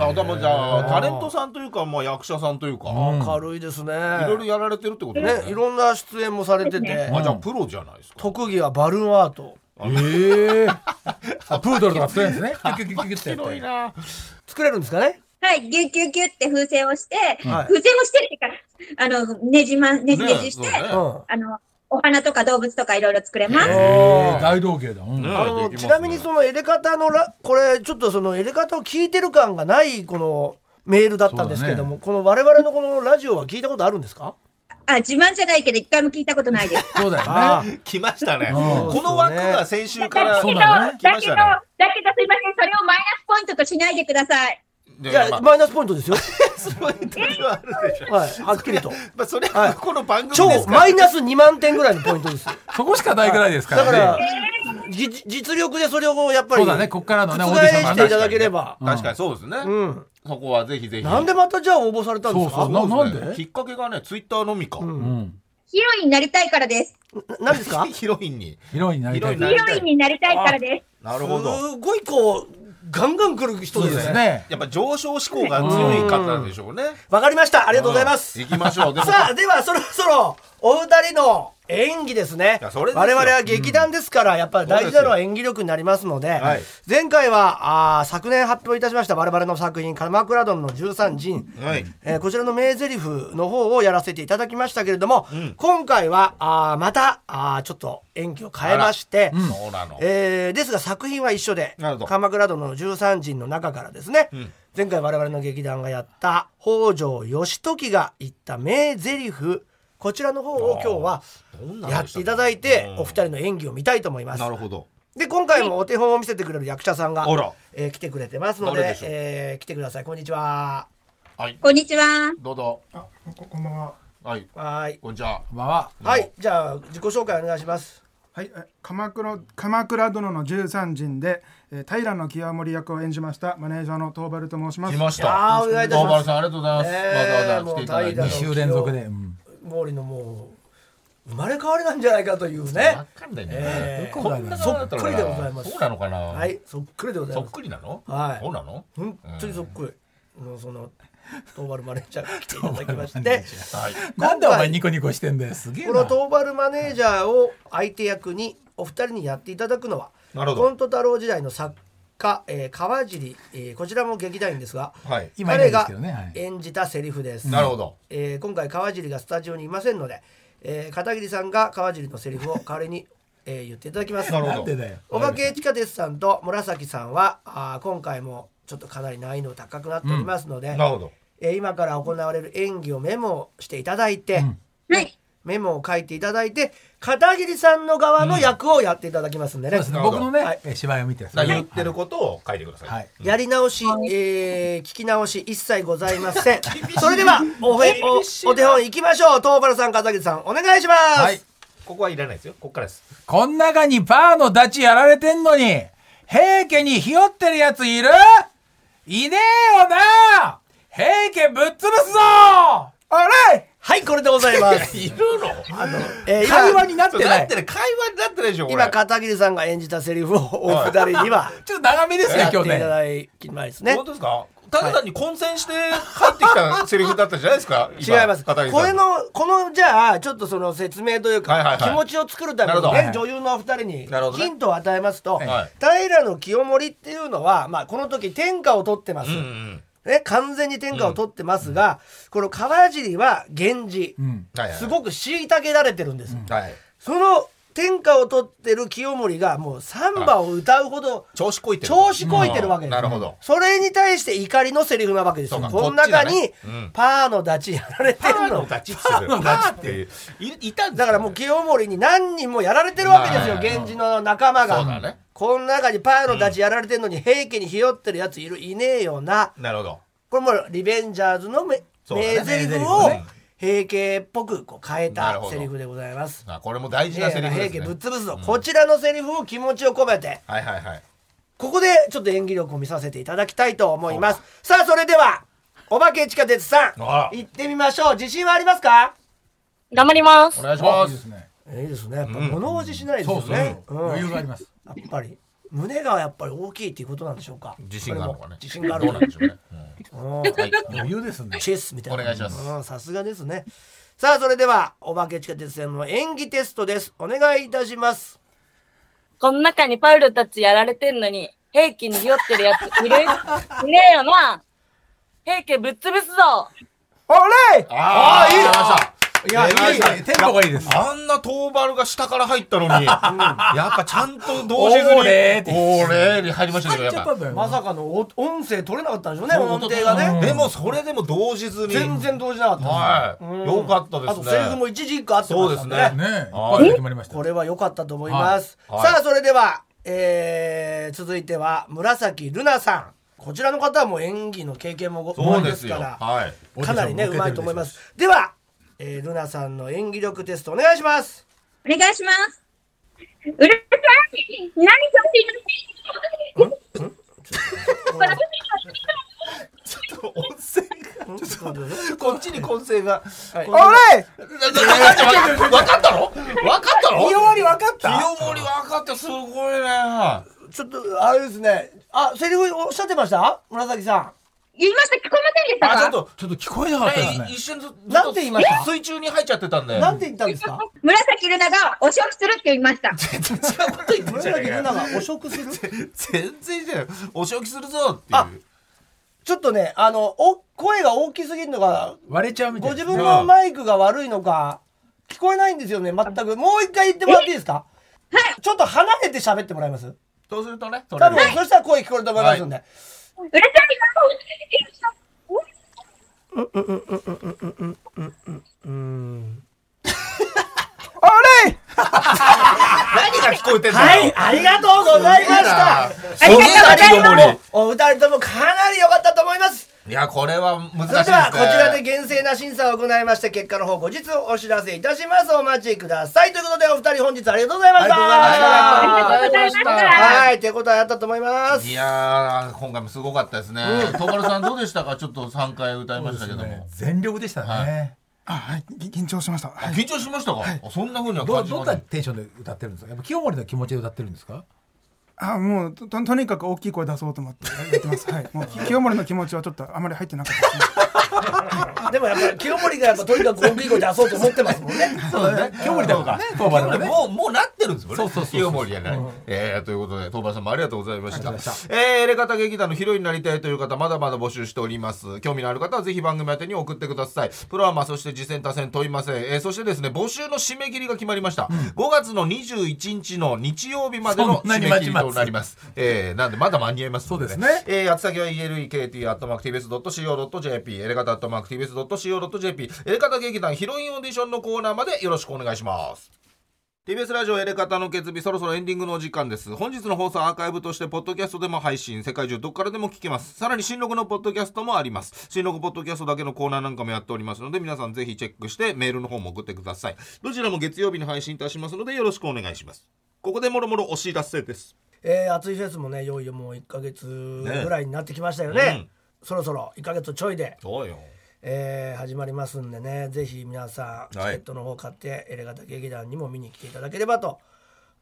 B: あでもじゃあタレントさんというかまあ役者さんというか
C: うん
B: い
A: 明るいですね
B: ろいろやられてるってこと
A: ねいろんな出演もされてて
B: あじゃあプロじゃないですか
A: 特技はバルーンアート
C: ええあプードルとか作れるんですねキュキュキュキュキュってやって
B: 広いな
A: 作れるんですかね
E: はい、ぎゅうぎゅうぎゅうって風船をして、
A: はい
E: 風船をしてるっていうか、あの、ねじま、ねじねじして、
B: ねそうね
A: うん
E: あの、お花とか動物とかいろいろ作れます。
C: えー大道芸だうん
B: ね
A: あの
B: できます
A: ち
B: ね
A: なみにそのエレカタのラこれちょっとそのエレカタを聞いてる感がないこのメールだったんですけれども、この我々のこのラジオは聞いたことあるんですか
E: あ、自慢じゃないけど、一回も聞いたことないです。
C: そうだよ
A: あ
C: ね
B: 来ましたね。
C: うん
B: この枠が先週から
C: そう
E: だ
C: な
E: け
B: 来
E: ど、
B: ま
E: だ
B: し
E: けど、
B: たね
E: だけどすいません、それをマイナスポイントとしないでください。。
A: い
B: い
A: や、
B: まあ
A: マイナスポイントですよ
B: そういう時 はあるでしょ。
A: はいはっきりと
B: まあそれ
A: はい
B: はこの番組で
A: 超
B: すから。
A: マイナス2万点ぐらいのポイントですよ
C: そこしかないぐらいですか
A: だから
C: らね
A: じ実力でそれをやっぱり
C: そうだねこっからのね
A: 覆
C: オーディション
A: し
C: が
A: ていただければ
B: 確かにそうですね。
A: うん
B: そこはぜひぜひ。
A: なんでまたじゃあ応募されたんですか
C: そうそう
B: そうすね
C: ななんで
B: きっかけがね、ツイッターのみか。
C: うん
E: ヒロインになりたいからです。
A: な何ですか
B: ヒロインに。
C: ヒロインになりたい
B: ヒ
E: ヒ
B: ロ
E: ロ
B: イ
E: インになりたいからです。
B: なるほど。
A: すごいこうガンガン来る人
C: そう
A: で
C: ですす
A: ね
C: ね
B: やっぱ上昇志向が強い方なんでしょうね。
A: わかりましたあ
B: あ
A: りがとうございます
B: 行きましょう。で も
A: さあではそろそろお二人の演技ですね
B: いやそれですよ
A: 我々は劇団ですから、やっぱり大事なのは演技力になりますので
B: はい
A: 前回はあー昨年発表いたしました我々の作品「鎌倉殿の13人」
B: はい。
A: えーこちらの名台詞の方をやらせていただきましたけれども、今回はあーまたあーちょっと演技を変えまして、
B: そうなの。
A: えーですが作品は一緒で
B: なるほど
A: 鎌倉殿の13人の中からですね、
B: ん
A: 前回我々の劇団がやった北条義時が言った名台詞こちらの方を今日は
B: どんな
A: や
B: の
A: っ
B: でした
A: ていただいて
B: うん
A: お二人の演技を見たいと思います
B: な。るほど。
A: で今回もお手本を見せてくれる役者さんが
B: あら、
A: えー来てくれてますの
B: 誰
A: で
B: でしょう
A: えー来てくださいこんにちは。
B: はい。
E: こんにちは。
B: どうぞ。
F: あここんばんは。
B: はい、
A: はい。
B: こんにちは。
C: こんばんは。
A: はい。じゃあ、自己紹介お願いします。
F: はい、え鎌倉鎌倉殿の十三人で、えー、平の清盛役を演じましたマネージャーの東原と申します。
B: 来まし
A: あ
B: た。
A: あ、お願いいたし
B: 大
A: ま
B: 丸
A: す。
B: さん、ありがとうございます。
A: ね
B: わ
A: え
B: ざわざ来ていただいて。
A: もう大河
C: 2
A: の
C: 週連続で。うん
A: 毛利のもう、生まれ変わりなんじゃないかというね
B: わ。かんない
A: え
B: ね。
A: え
B: こんな顔だたら
A: そっくりでございます
B: そうなのかな。
A: はい、そっくりでござい
B: そ
A: ま
B: っ
A: す。
B: くりなの。
A: はい
B: そうなの。
A: 本当にそっくり。もうその、東丸マネージャーが来ていただきま して、
B: はい。
C: なんでお前ニコニコしてんだよ。すげえ
A: この
C: な。
A: 東丸マネージャーを相手役にお二人にやっていただくのは、
B: なるほど
A: コント太郎時代の作家、えー川尻、えーこちらも劇団員ですが、
B: はい。
C: 今いない
A: 彼
C: です
A: が
C: けどねはい
A: 演じたセリフです。
B: なるほど。
A: えー今回川尻がスタジオにいませんので、えー片桐さんが川尻のセリフを 代わりに、えー言っていただきます
B: なるほど
C: なんでだよ。
A: お化け地下鉄さんと紫さんはあー今回もちょっとかなり難易度高くなっておりますので、
B: なるほど。
A: えー今から行われる演技をメモしていただいて、
E: はい。
A: メモを書いていただいて片桐さんの側の役をやっていただきますんでね,、
C: そうですね
B: なるほど
C: 僕の
A: はい
C: ね、え芝居を見て。
B: だから言ってることを書いてください。
C: はい。
A: やり直し、えー聞き直し一切ございま せんそれではおへおお手本いきましょう東原さん片桐さんお願いします、
B: はい。ここはいらないですよ。ここからです。
C: こん中にバーのダチやられてんのに、平家にひよってるやついるいねえよな平家ぶっ潰すぞあれ
A: はいこれでご ざい ます、
B: いるのあの、
A: えー今
C: 会話になっ
B: そ
C: て
B: う
C: な
B: なっ
C: い
B: て。る、会話になってないでしょ、これ。
A: 今片桐さんが演じたセリフをお二人には
C: ちょっと長めです
A: やっ、
C: ね
A: て
C: 今
A: い
C: 日
A: ただ
C: ね。
A: きますね
B: 本当ですかただ単に混戦して帰ってきたセリフだったじゃないです か
A: 違います。これ、
B: 今片桐さん
A: の、この、じゃあ、ちょっとその説明という
B: はいはいは
A: か
B: い、
A: 気持ちを作るため
B: なる
A: に
B: ほど
A: ね、
C: はい
A: 女優のお二人に
B: なるほどね
A: ヒントを与えますと
B: は、
A: 平の清盛っていうのは、まあ、この時天下を取ってます
B: う。んうん
A: ね、完全に天下を取ってますが、この川尻は源氏
C: う。ん。
B: はいはい
A: すごく虐げられてるんです。
B: はい
A: その天下を取ってる清盛が、もうサンバを歌うほど、
B: 調子こいてる
A: 調子こいてるわけです、
B: なるほど
A: それに対して怒りのセリフなわけですよ。
B: そうか
A: この
B: こっち
A: 中
B: が
A: に、
B: ねうん
A: パーのダチやられてる
B: パー
A: の
B: の。ガチって 言ってる
C: パーのガチ
B: パーっていいたんです
A: だからもう清盛に何人もやられてるわけですよ、
B: まあ
A: 源氏の仲間が。
B: そうだね
A: この中にパーのたちやられてるのに、平家にひよってるやついるいねえよな。
B: なるほど
A: これもうリベンジャーズのめ
B: そうだね
A: 名台詞
C: 名
A: を
B: 台詞ね
A: 平家っぽくこう変え
B: なる
A: た
B: ほど
A: セリフでございます。
B: あこれも大事なセリフ
A: 平
B: です
A: 家
B: ね
A: ぶっ潰すぞ、こちらのセリフを気持ちを込めて
B: はいはいはい
A: ここでちょっと演技力を見させていただきたいと思いますさあそれではお化け地下鉄さん
B: あら
A: 行ってみましょう自信はありますか
D: 頑張ります
B: お。願いします
C: ね。
A: いいですねやっぱ物おじしないです
C: そ
A: よ
C: うそう
A: ね
C: そう。
A: うん
C: 余裕があります。
A: やっぱり胸がやっぱり大きいっていうことなんでしょうか。
B: 自信があるのかね
A: 自信がある
B: どうなんでしょうね
A: うん
B: うんはい
C: 余裕ですね。
A: チェスみたいな。
B: お願いします
A: うんさすがですね。さあそれではお化け地下鉄線の演技テストです。お願いいたします。
D: この中にパウルたちやられてんのに、平家にひよってるやついるいねえよな平家ぶっ潰すぞ
A: おれ
B: ああいい
C: いや、いい、テンポがいいです。
B: あんな遠バルが下から入ったのに、やっぱちゃんと同時に、
C: おーれーって
B: おーれーに入りましたけど、やっ
C: ちょっ
B: ぱ
C: と。だよ
A: ま
C: な。
A: さかのお音声取れなかったんでしょうね。
B: そう
A: 音程が
B: うん
A: ね。
B: でも、それでも動じずに。
A: 全然動じなかった
B: は
A: です。うん
B: い。よかったで
A: あ
B: す
A: と
B: ね。
A: セリフも一時一個あってましたんで
B: そうです
A: ね。
C: ねえ、一
B: あー
C: 発で決まりました。
A: これは良かったと思います。
B: はいはい
A: さあそれでは、えー続いては紫ルナさん。こちらの方はもう演技の経験もご
B: そう
A: で
B: ですす
A: か
B: よ。
A: ら。
B: はい。
A: かなりね
C: オー
A: う
C: ディションも受けてるでしょうし
A: まいと思いますでは、えールナさんの演技力テストお願いします
E: お願いします。うるさい何そっちの
B: 音声
A: んちょっと待ってくださ
B: が、こっちに混声が。
A: はい
B: 分かった分かったの分かったの
C: 清盛分かった
B: 清盛分かった、すごいね。
A: いちょっとあれですねあセリフおっしゃってました紫さ
E: 言いました聞こえませんで
B: あ、ちょ
E: した
B: っと、
E: か
C: ちょっと聞こえなかったです
B: え
C: ね。
B: 一瞬ず、
A: なんて言いました
B: 水中に入っちゃってたんで。
A: んなんて言ったんですか
E: 紫ルナがお仕置きするって言いま した。
B: 全然違うこと言ってんじゃ
A: 紫
B: ねえ
A: ル
B: か
A: ナが汚職する
B: 全然じゃない。お仕置きするぞっていう。
A: ちょっとねあのお声が大きすぎるのが
C: 割れちゃうみた
A: ご
C: い
A: 自
C: な。
A: 分のマイクが悪いのか聞こえないんですよね全くもう一回言ってもらっていいですかちょっと離れて喋ってもらいます
B: そうするとね、そ
A: 多
B: れで
A: 分そしたら声聞こえると思いますんで、
E: うるさいな
B: 何が聞こえてんだよ
A: はい、ありがとうございました。
B: すげえな
A: ありがとうございます
B: そんなに
A: お二人ともかなり良かったと思います。
B: いや、これは難し
A: それ
B: いです
A: で
B: ね
A: は。こちらで厳正な審査を行いまして結果の方後日お知らせいたしますお待ちくださいということでお二人本日ありがとうございました
B: ありがとうございました
D: ありがとうございました
A: はい手応えあったと思います
B: いやー、今回もすごかったですね。トカルさんどうでしたかちょっと3回歌いましたけども。
G: 全力でしたね。
F: あはいぎ緊張しました、はい
B: 緊張しましたかあそんな風には
G: ど
B: 感
G: う
B: じ
G: どん
B: ませ。
G: なんテンションで歌ってるんですか。やっぱ清盛の気持ちで歌ってるんですか。
F: あもうとととにかく大きい声出そうと思ってやってますはいもう清盛の気持ちはちょっとあまり入ってなかったですね
A: でもやっぱり清盛がやっぱとにかく大きい声出そうと思ってますもんね
G: そうだね。清盛だからね。当番だね。
B: もう、もうなってるんですもんね。
G: そうそうそうそう
B: 清盛じゃない。えー、ということで、当番さんもありがとうございました。えー、エレカタ劇団のヒロインになりたいという方、まだまだ募集しております。興味のある方は、ぜひ番組宛てに送ってください。プロアマ、そして次戦他戦問いません。えー、そしてですね、募集の締め切りが決まりました。5月の21日の日曜日までの
G: そんな
B: 締
G: に
B: め
G: 待ち
B: 切り
G: ます
B: となります。えー、なんで、まだ間に合いますので、
G: そうですね
B: えー、宛先は elekt.co.jp、エレカタ .tvs.co.jp、エレカタ劇団ヒロインオーディションのコーナーまでよろしくお願いします。TBS ラジオエレカタの決日そろそろエンディングのお時間です本日の放送はアーカイブとしてポッドキャストでも配信世界中どこからでも聞けますさらに新録のポッドキャストもあります新録ポッドキャストだけのコーナーなんかもやっておりますので皆さんぜひチェックしてメールの方も送ってくださいどちらも月曜日に配信いたしますのでよろしくお願いしますここでもろもろお知らせです
A: えー、熱いフェスもねいよいよもう1か月ぐらいになってきましたよね
B: ね
A: そろそろ1か月ちょいで、
B: そうよ
A: えー始まりますんでねぜひ皆さんチケ
B: はい
A: ットの方買って、エレガタ劇団にも見に来ていただければと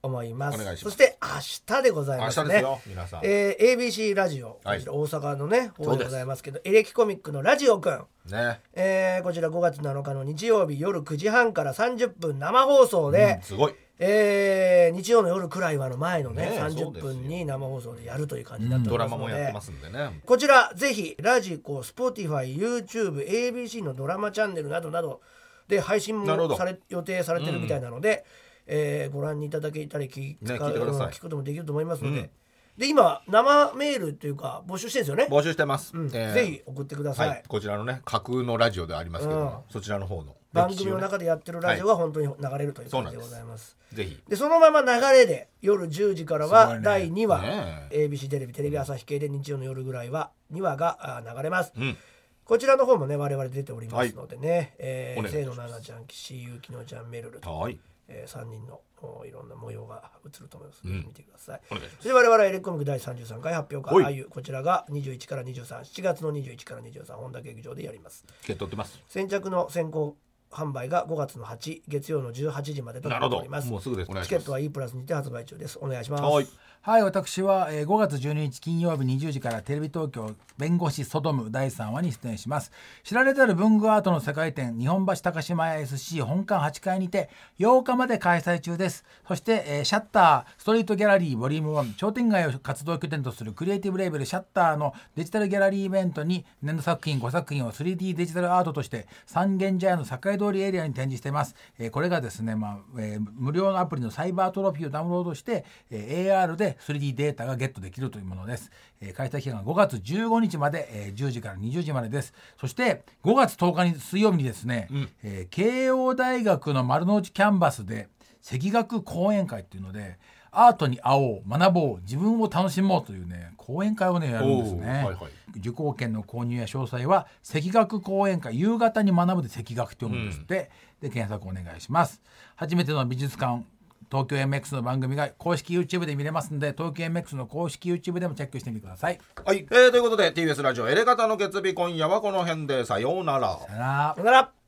A: 思います
B: お願いし
A: そ
B: ます
A: して明日でござい
B: 明
A: ます
B: 日
A: ね
B: ですよ皆さん、
A: えー ABC ラジオ、
B: はい
A: こちら大阪のね
B: そうです
A: 方でございますけどエレキコミックのラジオくん、
B: ね
A: えーこちら5月7日の日曜日夜9時半から30分生放送で、
B: すごい
A: えー日曜の夜くらいはの前のね
B: ねえ
A: 30
B: そうですよ
A: 分に生放送でやるという感じだった
B: ドラマもやってますすんでね
A: こちらぜひラジコ、Spotify、YouTube、ABC のドラマチャンネルなどなどで配信
B: なる
A: も
B: ほど
A: され予定されてるみたいなので、えーご覧いただけたり聞,、
B: ね聞いてください
A: 聞くこともできると思いますので、で今生メールというか募集してるんですよね、
B: 募集してます、
A: うん
B: えー
A: ぜひ送ってください、
B: はい、こちらのね架空のラジオではありますけども、そちらの方の
A: 番組の中でやってるラジオが本当に流れるという感じでございます
B: ぜひ
A: でそのまま流れで夜10時からは第2話、
B: ね
A: ABC テレビテレビ朝日系で日曜の夜ぐらいは2話があ流れます、
B: ん
A: こちらの方もね我々出ておりますのでね、え
B: お
A: ー、
B: 願いし
A: 清
B: ます
A: 野菜々ちゃん岸井ゆきのちゃんめるると、
B: はい
A: えー、3人のおいろんな模様が映ると思います、
B: ん
A: 見てください
B: お願いします
A: それで我々はエレコミック第33回発表
B: ほい
A: 会あゆこちらが21から237月の21から23本田劇場でやります
B: チケット売ってます
A: 先着の先行販売が5月の8月曜の18時までとなっております
B: なるほどもうすぐですお願い
A: チ
B: し
A: ケ
B: ます
A: ットは E プラスにて発売中ですお願いします
B: はい
C: はい私は、えー5月12日金曜日20時からテレビ東京「弁護士ソドム」第3話に出演します知られざる文具アートの世界展日本橋高島屋 SC 本館8階にて8日まで開催中ですそして、えーシャッターストリートギャラリーボリューム1商店街を活動拠点とするクリエイティブレーベルシャッターのデジタルギャラリーイベントに年度作品5作品を 3D デジタルアートとして三軒茶屋の境通りエリアに展示しています、えーこれがですね、まあえー無料のアプリのサイバートロフィーをダウンロードして、えー AR で 3D データがゲットできるというものです、えー開催期間が5月15日まで、えー10時から20時までですそして5月10日に水曜日にですね、えー慶応大学の丸の内キャンバスで赤学講演会っていうのでアートに会おう学ぼう自分を楽しもうというね講演会をねやるんですね、
B: おーはいはい
C: 受講券の購入や詳細は赤学講演会夕方に学ぶで赤学って読むんですって、で検索お願いします初めての美術館東京 MX の番組が公式 YouTube で見れますので東京 MX の公式 YouTube でもチェックしてみてください
B: はい、えー、ということで TBS ラジオエレガタの決日今夜はこの辺でさようなら
C: さよな
A: さ
C: ら
A: よなら